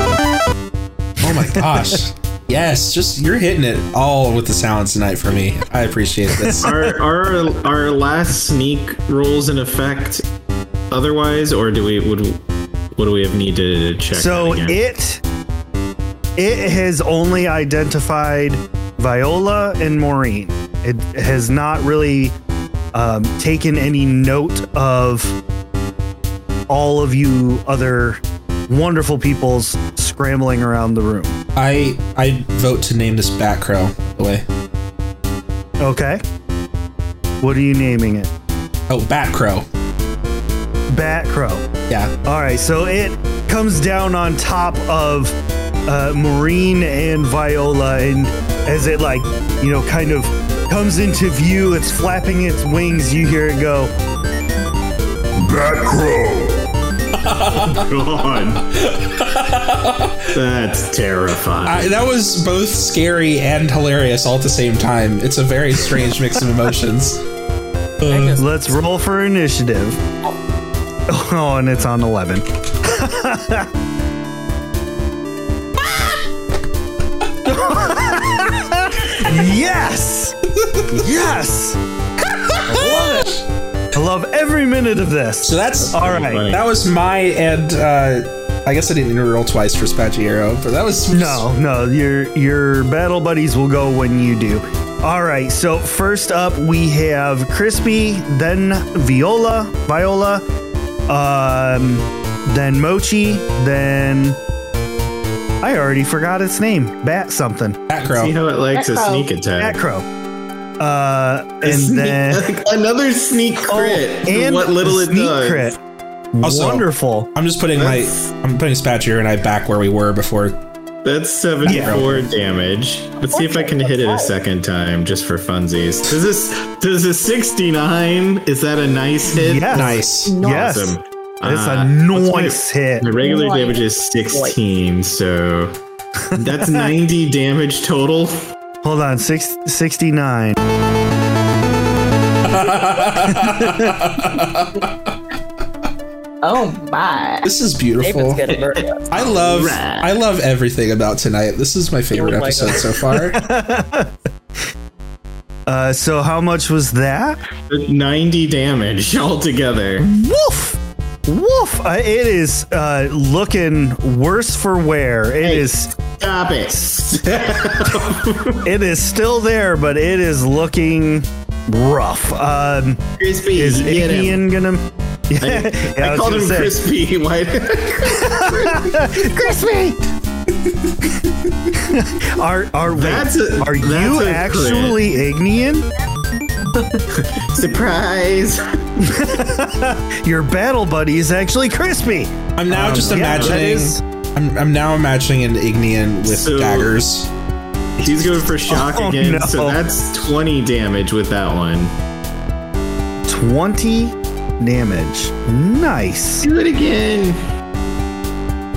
oh my gosh. Yes, just you're hitting it all with the sounds tonight for me. I appreciate this.
Are are our last sneak rolls in effect? Otherwise, or do we would what do we have need to check?
So
that again?
it it has only identified Viola and Maureen. It has not really um, taken any note of all of you other wonderful people's scrambling around the room.
I I vote to name this Bat Crow. by The way.
Okay. What are you naming it?
Oh, Bat Crow.
Bat Crow.
Yeah.
All right, so it comes down on top of uh, Marine and Viola, and as it like you know kind of comes into view, it's flapping its wings. You hear it go.
God. That's terrifying.
I, that was both scary and hilarious all at the same time. It's a very strange mix of emotions. Uh,
Let's roll for initiative. Oh, and it's on eleven. yes, yes. I love it. I love every minute of this.
so that's
All right.
that was my and uh, I guess I didn't roll twice for Spaghiero, but that was
No, no, your your battle buddies will go when you do. All right, so first up we have Crispy, then Viola, Viola, um, then Mochi, then I already forgot its name, Bat something,
Bat
See
Crow.
how it likes a
Echo.
sneak
Bat
attack.
Crow, uh,
A
and
sneak-
then
another sneak crit.
Oh, and
what little it
sneak
does.
crit.
Also-
Wonderful.
I'm just putting my
That's-
I'm putting Spatchier and I back where we were before.
That's 74 damage. Let's see if I can hit it a second time just for funsies. Does this does a 69? Is that a nice hit?
Yes.
Nice.
Yes.
Awesome.
It's
Uh,
a
what's my-
nice hit.
My regular
Nice.
damage is 16, so that's 90 damage total.
Hold on, six, 69.
Oh my.
This is
David's
beautiful.
gonna murder us.
I love
Right.
I love everything about tonight. This is my favorite
Oh my
episode
God.
so far.
Uh, so how much was that?
90 damage altogether.
Woof! Woof! Uh, it is uh, looking worse for wear. It
Hey.
is.
Stop it.
It is still there, but it is looking rough. Um,
Crispy,
is
get him.
Ian gonna? Yeah,
I,
yeah,
I
was
called
gonna
him
say.
crispy. Why?
Are are wait,
That's a-
are
that's
you
a crit.
actually Ignian?
Surprise!
Your battle buddy is actually Crispy.
I'm now just
Um, yeah, that
imagining
is-
I'm, I'm now imagining an Ignean with
So-
daggers.
He's going for shock
Oh,
again,
no.
so that's 20 damage with that one.
Twenty damage. Nice.
Do it again!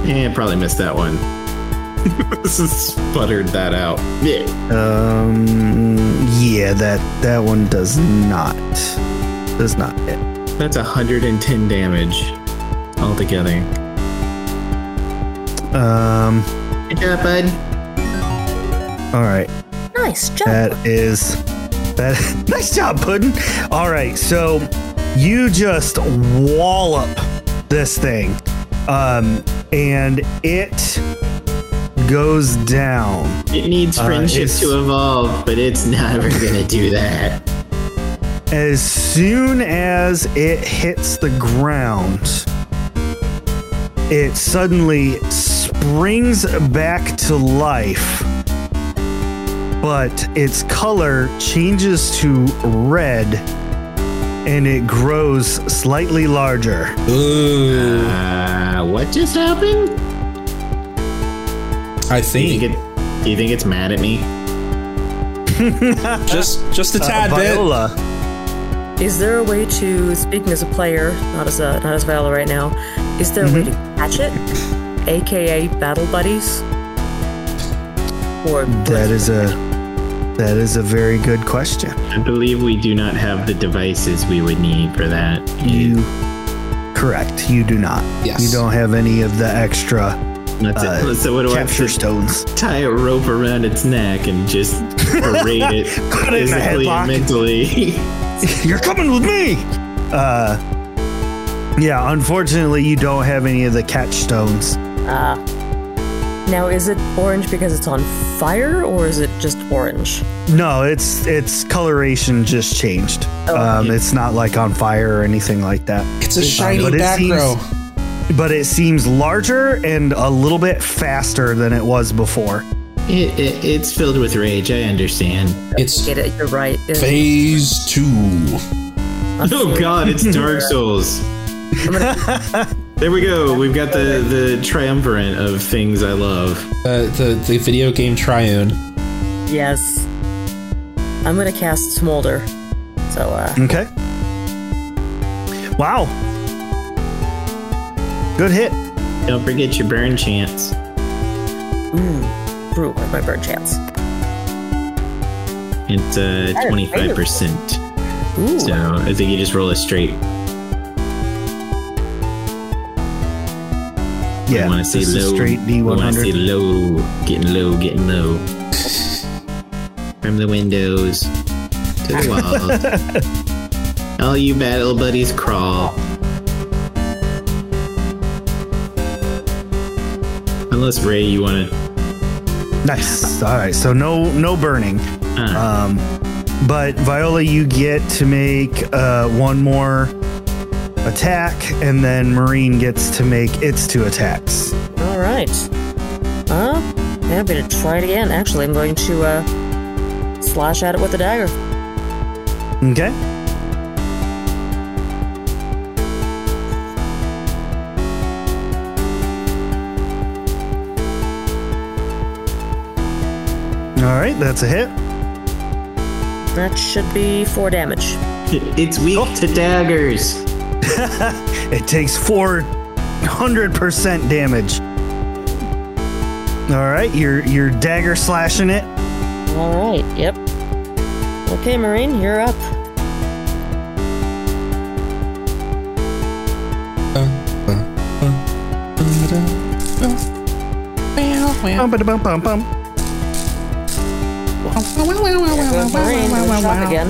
And probably missed that one. sputtered that out. Yeah.
Um, yeah, that that one does not does not hit.
That's 110 damage altogether.
Um,
Good job, bud.
all right.
Nice job.
That is that. nice job, Puddin. All right, so you just wallop this thing, um, and it goes down.
It needs
Uh,
friendship
it's-
to evolve, but it's never gonna do that.
As soon as it hits the ground, it suddenly springs back to life, but its color changes to red and it grows slightly larger.
Ooh,
Uh, what just happened? Do
I
you
think
think it? Do you think it's mad at me?
just just a tad bit.
Viola.
Is there a way to speaking as a player, not as a not as Viola right now? Is there a way to
Mm-hmm.
catch it, aka battle buddies? Or
That is a that is a very good question.
I believe we do not have the devices we would need for that.
You correct. You do not.
Yes.
You don't have any of the extra
That's
uh,
it. So what do I have
capture
to
stones.
tie a rope around its neck and just parade it
Put it in a
physically
headlock.
and mentally?
You're coming with me. Uh, yeah. Unfortunately, you don't have any of the catch stones.
now is it orange because it's on fire, or is it just orange?
No, it's its coloration just changed. um, It's not like on fire or anything like that.
It's a shiny
but it
back
seems-
row.
But it seems larger and a little bit faster than it was before.
it, it, it's filled with rage. I understand.
It's
Get it? You're right. It-
phase two.
Oh God, it's Dark Souls. there we go. We've got the the triumvirate of things I love.
Uh, the the video game triune. Uh,
yes. I'm gonna cast Smolder. So uh,
Okay. Wow. Good hit.
Don't forget your burn chance.
brew with my bird chance.
It's uh
That is
twenty five percent.
Ooh.
So I think you just roll a straight.
Yeah.
I want to see
this is
low.
straight
I want to see
D100.
low. Getting low. Getting low. From the windows to the walls. All you battle buddies crawl. Unless Ray, you want to.
Nice. All right. So no no burning.
Uh,
Um, but Viola, you get to make uh, one more attack, and then Marine gets to make its two attacks.
All right. Uh, yeah, I'm gonna try it again. Actually, I'm going to uh, slash at it with a dagger.
Okay. All right, that's a hit.
That should be four damage.
it's weak to daggers.
It takes 400% damage. All right, you're you're dagger slashing it.
All right. Yep. Okay, Marine, you're up.
uh,
Bum, ba, da, bum, bum, bum.
Goes Marine, goes shot again.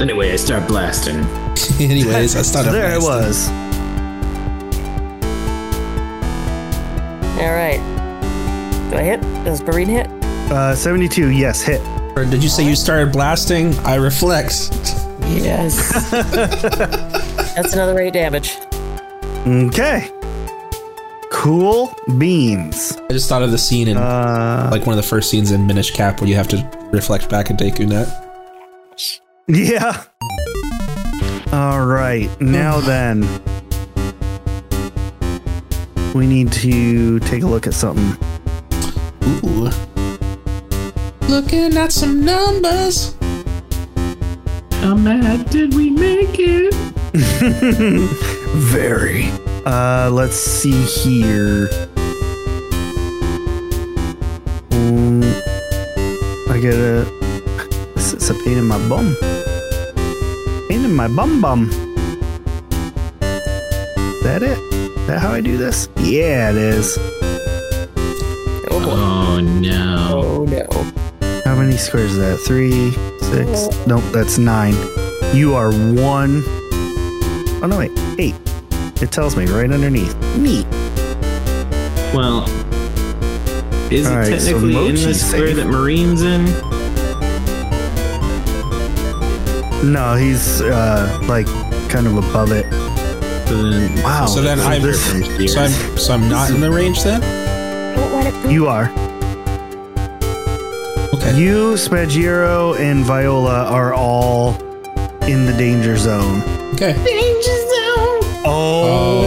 Anyway, I start blasting.
Anyways, that's not a
There it was.
All right. Do I hit? Does Marine hit?
Uh, 72, yes, hit.
Did you say you started blasting? I reflect.
Yes. That's another eight damage.
Okay. Cool beans.
I just thought of the scene in
Uh,
like one of the first scenes in Minish Cap where you have to reflect back at Deku Net.
yeah. All right, now then. We need to take a look at something.
Ooh. Looking at some numbers.
How mad did we make it?
Very. Uh, let's see here. Um, I get a. This is a pain in my bum. Pain in my bum bum. That it? That how I do this? Yeah, it is.
Go
Oh no.
Oh no.
How many squares is that? Three, six. Nope, that's nine. You are one. Oh no, wait, eight. It tells me right underneath. Neat.
Well, is
All
it
right, so
technically in the
Mochi's
square
safe.
that Marine's in?
No, he's uh like kind of above it.
Then
Wow.
So then I'm so I'm so I'm not in the range then.
Don't let it
you are.
Okay.
You, Spagiro, and Viola are all in the danger zone.
Okay.
Oh,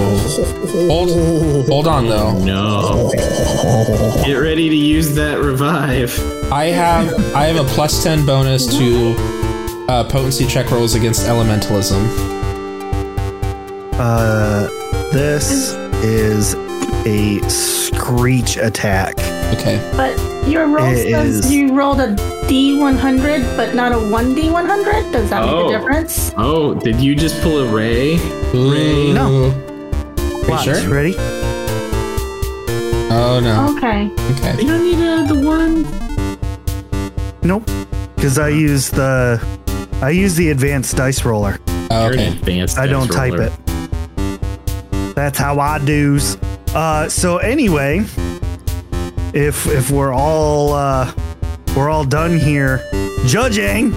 Oh. Hold hold on though.
no. Get ready to use that revive.
I have I have a plus ten bonus to uh, potency check rolls against elementalism.
uh, this is a screech attack.
Okay.
But your roll
It
says
is-
you rolled a D100, but not a 1D100. Does that
Oh.
make a difference?
Oh, did you just pull a ray?
Ooh.
No.
Are you
Watch,
sure?
ready?
Oh no.
Okay.
Okay.
You don't need uh, the one.
Nope, because I use the I use the advanced dice roller.
You're an
Oh, Okay.
advanced
I don't
dice
type
roller.
it. That's how I do's. Uh, so anyway, if if we're all uh, we're all done here judging,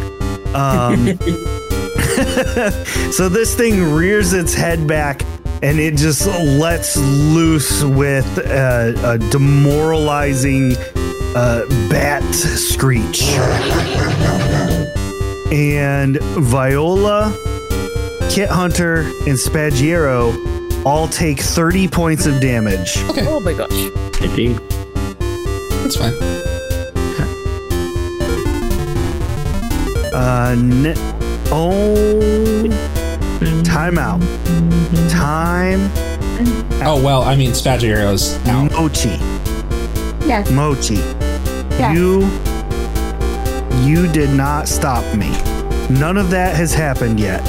um, so this thing rears its head back and it just lets loose with a, a demoralizing uh, bat screech. And Viola, Kit Hunter, and Spagiero all take 30 points of damage.
Oh my gosh.
I think.
That's fine.
Uh, ne- oh, timeout. Time
Oh well, I mean Spagiero's out.
mochi.
Yes.
Mochi.
Yes.
You you did not stop me. None of that has happened yet.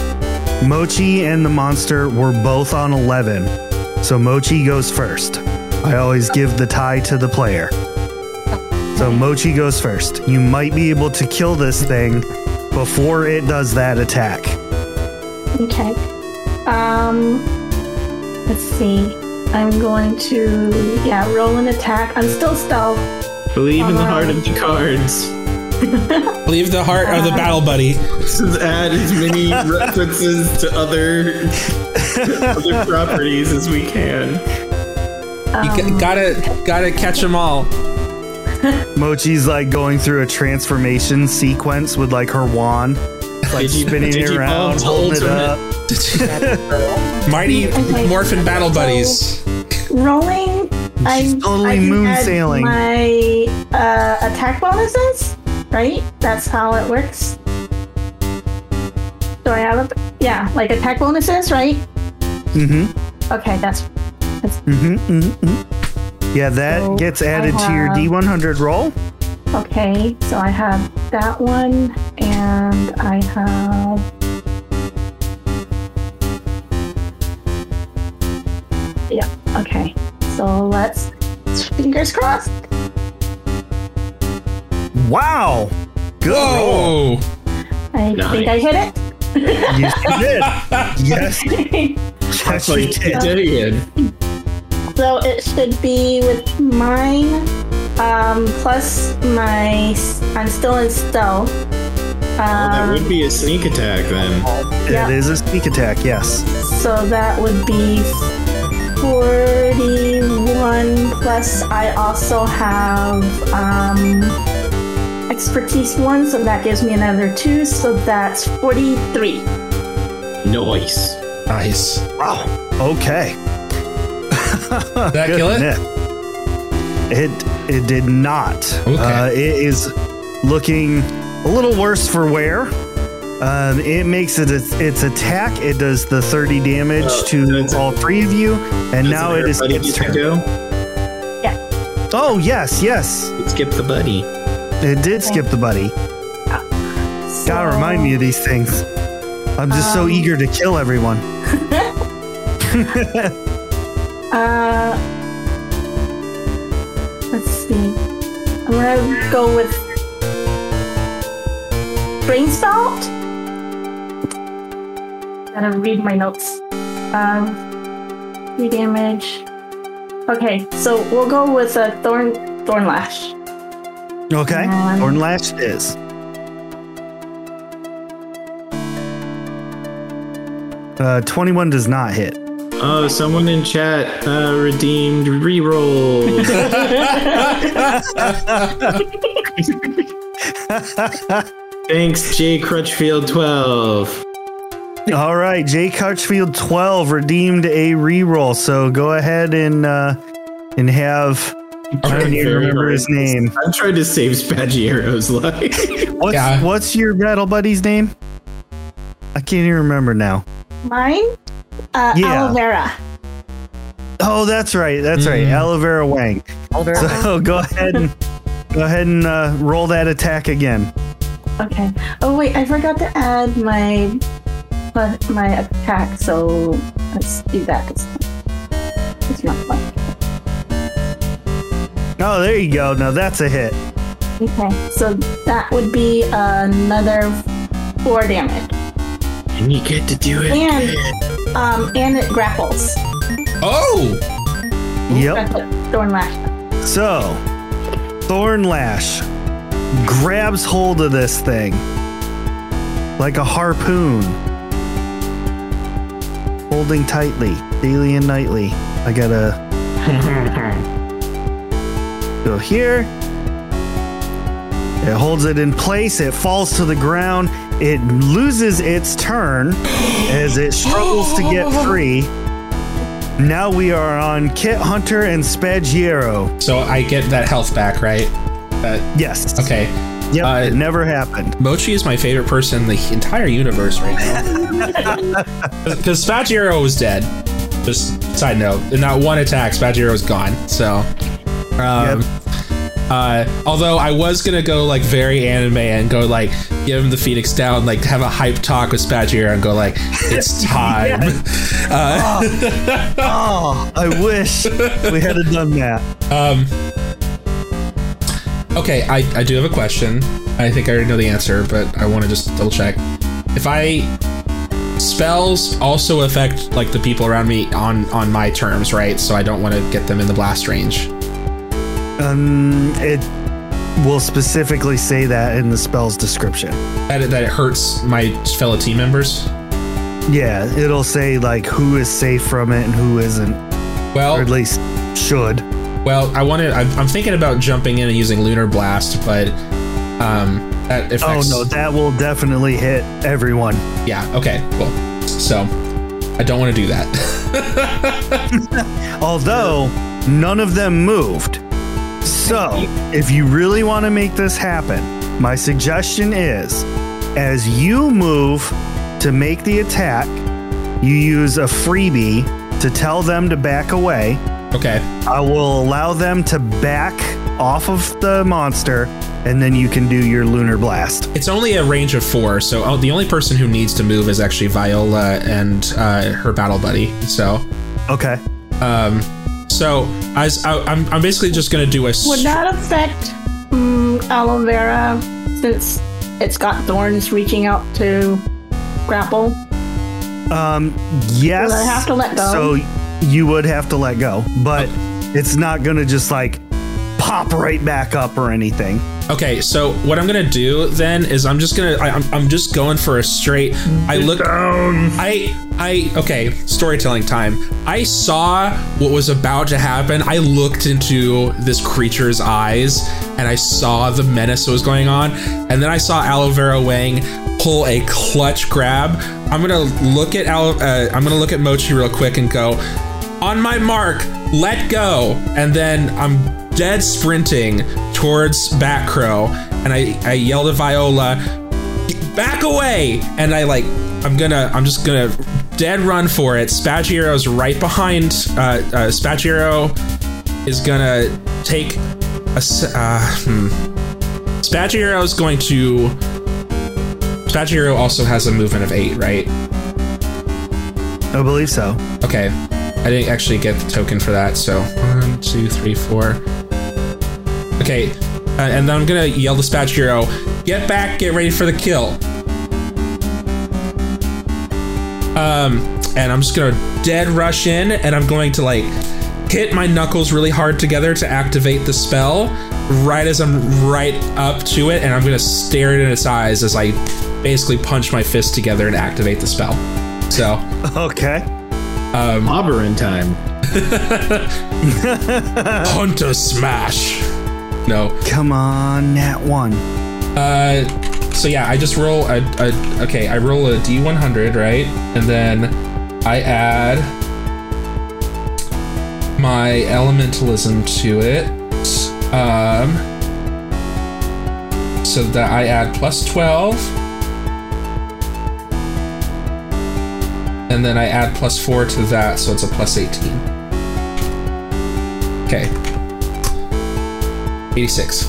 Mochi and the monster were both on 11. So Mochi goes first. I always give the tie to the player. So Mochi goes first. You might be able to kill this thing before it does that attack.
Okay. Um, let's see. I'm going to yeah roll an attack. I'm still stealth.
Believe in the heart
Alright.
of the cards.
Leave the heart of the battle buddy.
This is add as many references to other other properties as we can.
You
Um,
g- gotta gotta catch them all.
Mochi's like going through a transformation sequence with like her wand. It's like
Digi-
spinning it
Digivolve
around, holding it
Ultimate.
up.
Mighty
Okay.
Morphin Battle Buddies.
rolling. I'm
totally
I can
moon
add
sailing.
My uh, attack bonuses, right? That's how it works. Do I have a yeah like attack bonuses, right?
Mm-hmm.
Okay, that's
Mm-hmm, mm-hmm. Yeah, that
So
gets
I
added to your
have-
D100 roll.
Okay, so I have that one, and I have. Yeah, okay. So let's. Fingers crossed!
Wow. Good roll.
Whoa!
I think I hit it.
Yes, you did. yes, yes, you did.
so it should be with mine, um, plus my. s- I'm still in stealth.
that
Um,
would be a sneak attack then.
Yeah.
It is a sneak attack, yes.
So that would be 41 plus I also have um, expertise 1, so that gives me another 2, so that's 43.
Noise.
Nice.
Wow. Okay. Did
that kill it?
It it did not.
Okay.
Uh, it is looking a little worse for wear. Um, it makes it its, its attack. It does the 30 damage
Oh,
Uh,
to
does-
all three of you, and now it is
buddy
its
get to
turn.
go?
Oh yes, yes.
Let's get the buddy.
It did skip the buddy. Gotta remind me of these things. I'm just so
Um,
eager to kill everyone.
Uh, Let's see. I'm gonna go with brain salt. Gotta read my notes. Um, three damage. Okay, so we'll go with a thorn thorn lash.
Okay.
Um,
Thorn Lash is. Uh, 21 does not hit.
Oh, someone in chat uh, redeemed rerolls. Thanks, Jay Crutchfield 12.
All right, Jay Couchfield 12 redeemed a reroll. So go ahead and uh, and have I don't even remember his name.
I'm trying to save Spagiero's life.
What's
Yeah.
what's your battle buddy's name? I can't even remember now.
Mine? Uh,
Yeah.
Aloe vera.
Oh, that's right. That's right.
Mm.
Aloe Vera Wang.
Oliver,
So go ahead and go ahead and uh, roll that attack again.
Okay. Oh wait, I forgot to add my plus my attack, so let's do that. It's, it's not fun.
Oh, there you go. Now that's a hit.
Okay, so that would be another four damage,
and you get to do it.
and um, and it grapples.
Oh!
Yep.
That's what Thorn lash.
So, Thorn Lash grabs hold of this thing like a harpoon, holding tightly, daily and nightly. I gotta go here. It holds it in place, it falls to the ground, it loses its turn as it struggles to get free. Now we are on Kit Hunter and Spagiero.
So I get that health back, right? That
Yes.
okay.
Yep.
Uh,
it never happened.
Mochi is my favorite person in the entire universe right now. Because Spagiro is dead. Just side note, in that one attack, Spagiro is gone. So, um, uh, although I was gonna go like very anime and go like give him the Phoenix down, like have a hype talk with Spagiro and go like it's time. uh,
Oh, I wish we had done that.
Um. Okay, I, I do have a question. I think I already know the answer, but I want to just double check. If I spells also affect like the people around me on on my terms, right? So I don't want to get them in the blast range.
Um, it will specifically say that in the spell's description.
That it, that it hurts my fellow team members.
Yeah, it'll say like who is safe from it and who isn't, or at
Well,
least should.
well, I wanted. I'm, I'm thinking about jumping in and using lunar blast, but um, that
Oh
affects.
no, that will definitely hit everyone.
yeah. Okay. Cool. So I don't want to do that.
Although none of them moved. So, if you really want to make this happen, my suggestion is as you move to make the attack, you use a freebie to tell them to back away.
okay.
I will allow them to back off of the monster, and then you can do your lunar blast.
It's only a range of four, so oh, the only person who needs to move is actually Viola and uh, her battle buddy. So,
Okay.
um, so I, am I'm basically just gonna do a. s-
Would that affect um, aloe vera since it's got thorns reaching out to grapple?
Um, yes.
Will I have to let go?
So you would have to let go, but it's not going to just like pop right back up or anything.
okay, so what I'm gonna do then is I'm just gonna I, I'm I'm just going for a straight. I look. I I okay. Storytelling time. I saw what was about to happen. I looked into this creature's eyes and I saw the menace that was going on. And then I saw Aloe Vera Wang pull a clutch grab. I'm gonna look at Al. Uh, I'm gonna look at Mochi real quick and go on my mark. Let go. And then I'm dead sprinting towards Bat Crow. And I I yelled at Viola back away and i like i'm gonna i'm just gonna dead run for it spagiero's right behind uh, uh spagiero is gonna take a s- uh hmm. spagiero's going to spagiero also has a movement of eight right
I believe so.
okay i didn't actually get the token for that so one two three four Okay, uh, and then I'm gonna yell dispatch hero, get back, get ready for the kill. Um, and I'm just gonna dead rush in, and I'm going to like hit my knuckles really hard together to activate the spell. Right as I'm right up to it, and I'm gonna stare it in its eyes as I basically punch my fist together and activate the spell. So
Okay.
Oberon time.
hunter smash. No.
Come on, Nat one.
Uh, so yeah, I just roll a, a okay. I roll a d100, right, and then I add my elementalism to it. Um, so that I add plus 12, and then I add plus four to that, so it's a plus 18. Okay, 86.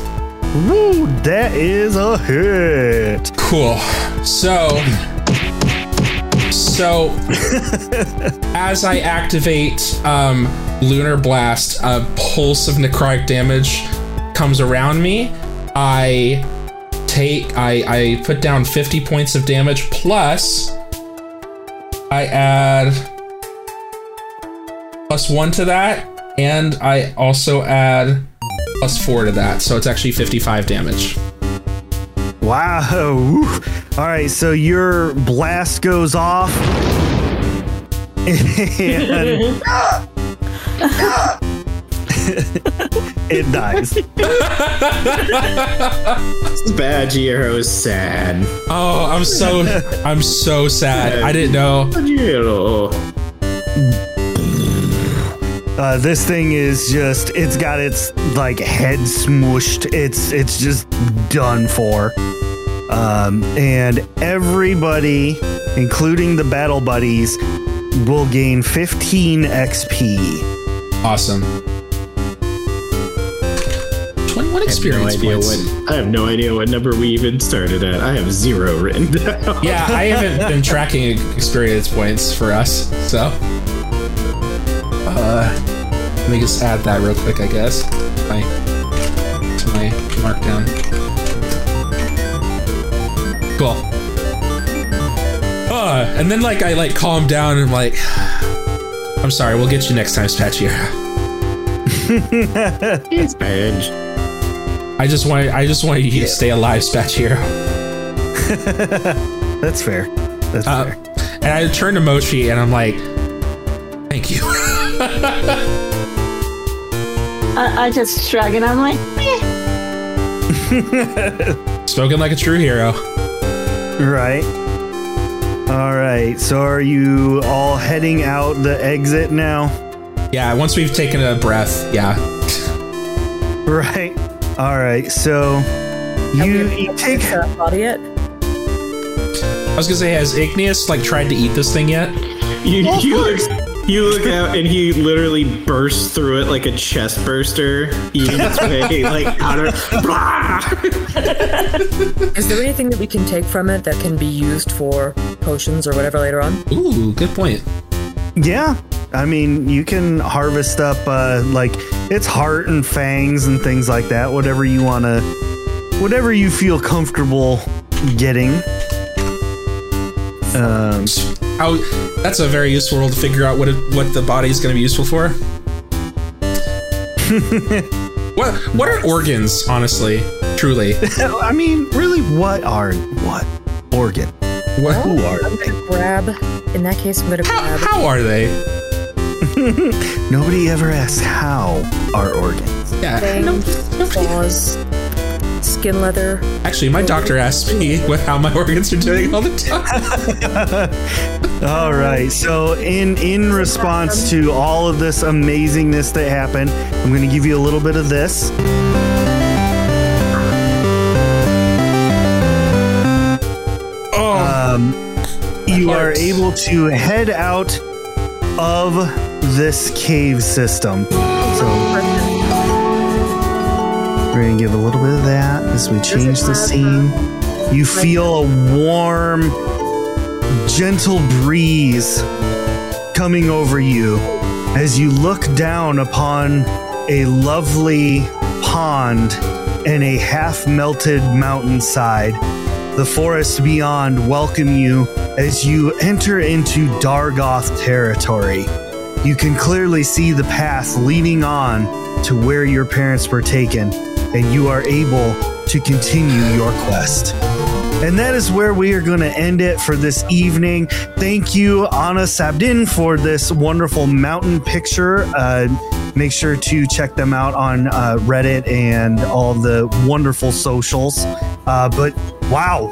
Woo, that is a hit.
Cool. So, so as I activate um, Lunar Blast, a pulse of necrotic damage comes around me. I take, I, I put down 50 points of damage plus I add plus one to that, and I also add plus four to that, so it's actually 55 damage.
Wow. Woo. All right, so your blast goes off. and it dies.
Spaggiero is sad.
Oh, I'm so I'm so sad. I didn't know.
Spaggiero.
Uh, this thing is just it's got its like head smooshed. It's it's just done for. Um, and everybody, including the battle buddies, will gain 15 XP.
Awesome. 21
I have no
experience
idea
points.
what. I have no idea what number we even started at. I have zero written down.
Yeah, I haven't been tracking experience points for us, so uh, let me just add that real quick, I guess. My to my markdown. Cool. Uh, and then like I like calm down and I'm like, I'm sorry, we'll get you next time, Spatchiera.
Spag.
I just want I just want you to stay alive, Spat Hero.
That's fair. That's
Uh,
fair.
and I turn to Mochi and I'm like, "Thank you."
I, I just shrug and I'm like, eh.
Spoken like a true hero.
Right. All right. So are you all heading out the exit now?
Yeah. Once we've taken a breath, yeah.
Right. All right. So you, you take
Got a body yet?
I was gonna say, has Igneous like tried to eat this thing yet?
You, you look. You look out, and he literally bursts through it like a chest burster, eating its way like out of. Blah!
Is there anything that we can take from it that can be used for potions or whatever later on?
Ooh, good point.
yeah. I mean, you can harvest up uh, like its heart and fangs and things like that. Whatever you wanna, whatever you feel comfortable getting. Um,
How? That's a very useful role to figure out what it, what the body's gonna be useful for. what What are organs, honestly? Truly,
I mean, really, what are what organ?
what?
Who are?
I'm gonna grab. In that case, I'm gonna
How,
grab.
how are they?
Nobody ever asks how are organs.
Yeah.
fangs, claws, skin leather.
Actually, my doctor asks me what, how my organs are doing all the time.
All right. So in in response to all of this amazingness that happened, I'm going to give you a little bit of this.
Oh.
Uh,
Um, you are
hurts.
able to head out of this cave system. So we're going to give a little bit of that as we change the scene. You feel a warm, gentle breeze coming over you as you look down upon a lovely pond and a half melted mountainside. The forests beyond welcome you as you enter into Dargoth territory. You can clearly see the path leading on to where your parents were taken, and you are able to continue your quest. And that is where we are going to end it for this evening. Thank you, Anna Sabdin, for this wonderful mountain picture. Uh, make sure to check them out on uh, Reddit and all the wonderful socials. Uh, but wow,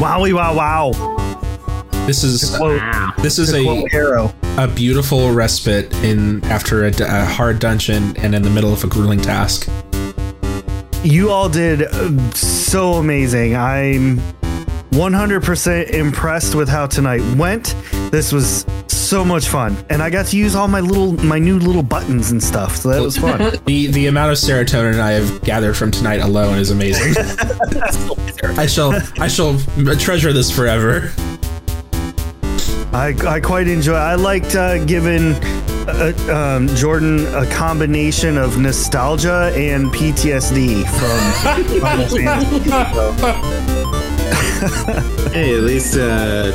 wowie, wow, wow.
This is
Quote,
this is
to
a
quote Arrow.
a beautiful respite in after a, d- a hard dungeon and in the middle of a grueling task.
you all did uh, so amazing. I'm 100% impressed with how tonight went. This was so much fun, and I got to use all my little, my new little buttons and stuff. So that was fun.
The the amount of serotonin I have gathered from tonight alone is amazing. I shall I shall treasure this forever.
I, I quite enjoy. I liked uh, giving uh, um, Jordan a combination of nostalgia and PTSD from Final Fantasy.
Hey, at least uh,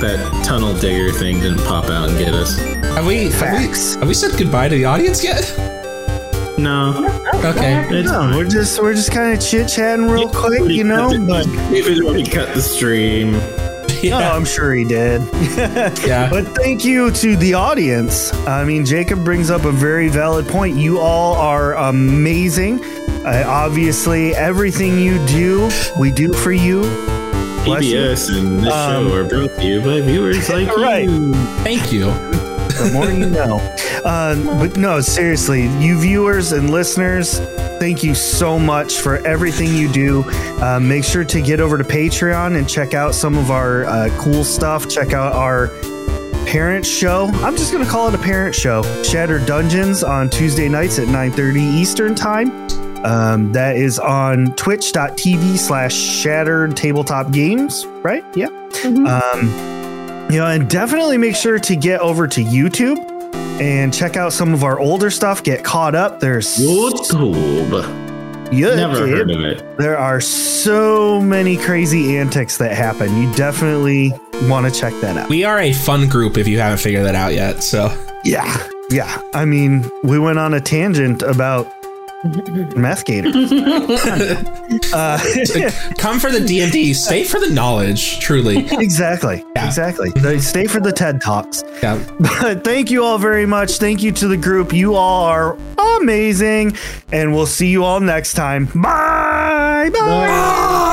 that tunnel digger thing didn't pop out and get us.
Have we have we,
Facts.
have we said goodbye to the audience yet?
No,
Okay.
it's
No, we're just we're just kind of chit chatting real quick, you know. But
David already cut the stream.
oh,
Yeah.
I'm sure he did.
yeah.
But thank you to the audience. I mean, Jacob brings up a very valid point. You all are amazing. Uh, obviously, everything you do, we do for you. Bless you.
PBS and this
Um,
show are brought to you by viewers like
Right.
you.
Thank you.
The more you know. Um, but no, seriously, you viewers and listeners, thank you so much for everything you do. Uh, make sure to get over to Patreon and check out some of our uh, cool stuff. Check out our parent show. I'm just going to call it a parent show. Shattered Dungeons on Tuesday nights at 9:30 Eastern Time. Um, that is on twitch.tv slash shattered tabletop games, right? Yeah. Um, you know, and definitely make sure to get over to YouTube and check out some of our older stuff. Get caught up. There's
YouTube.
Yeah,
Never
kid.
heard of it.
There are so many crazy antics that happen. You definitely want to check that out.
We are a fun group if you haven't figured that out yet. So
Yeah, yeah. I mean, we went on a tangent about meth gators. uh,
come for the DMD, stay for the knowledge, truly.
exactly,
Yeah.
exactly. They stay for the TED talks.
Yeah.
But thank you all very much. Thank you to the group. You all are amazing. And we'll see you all next time. Bye. Bye.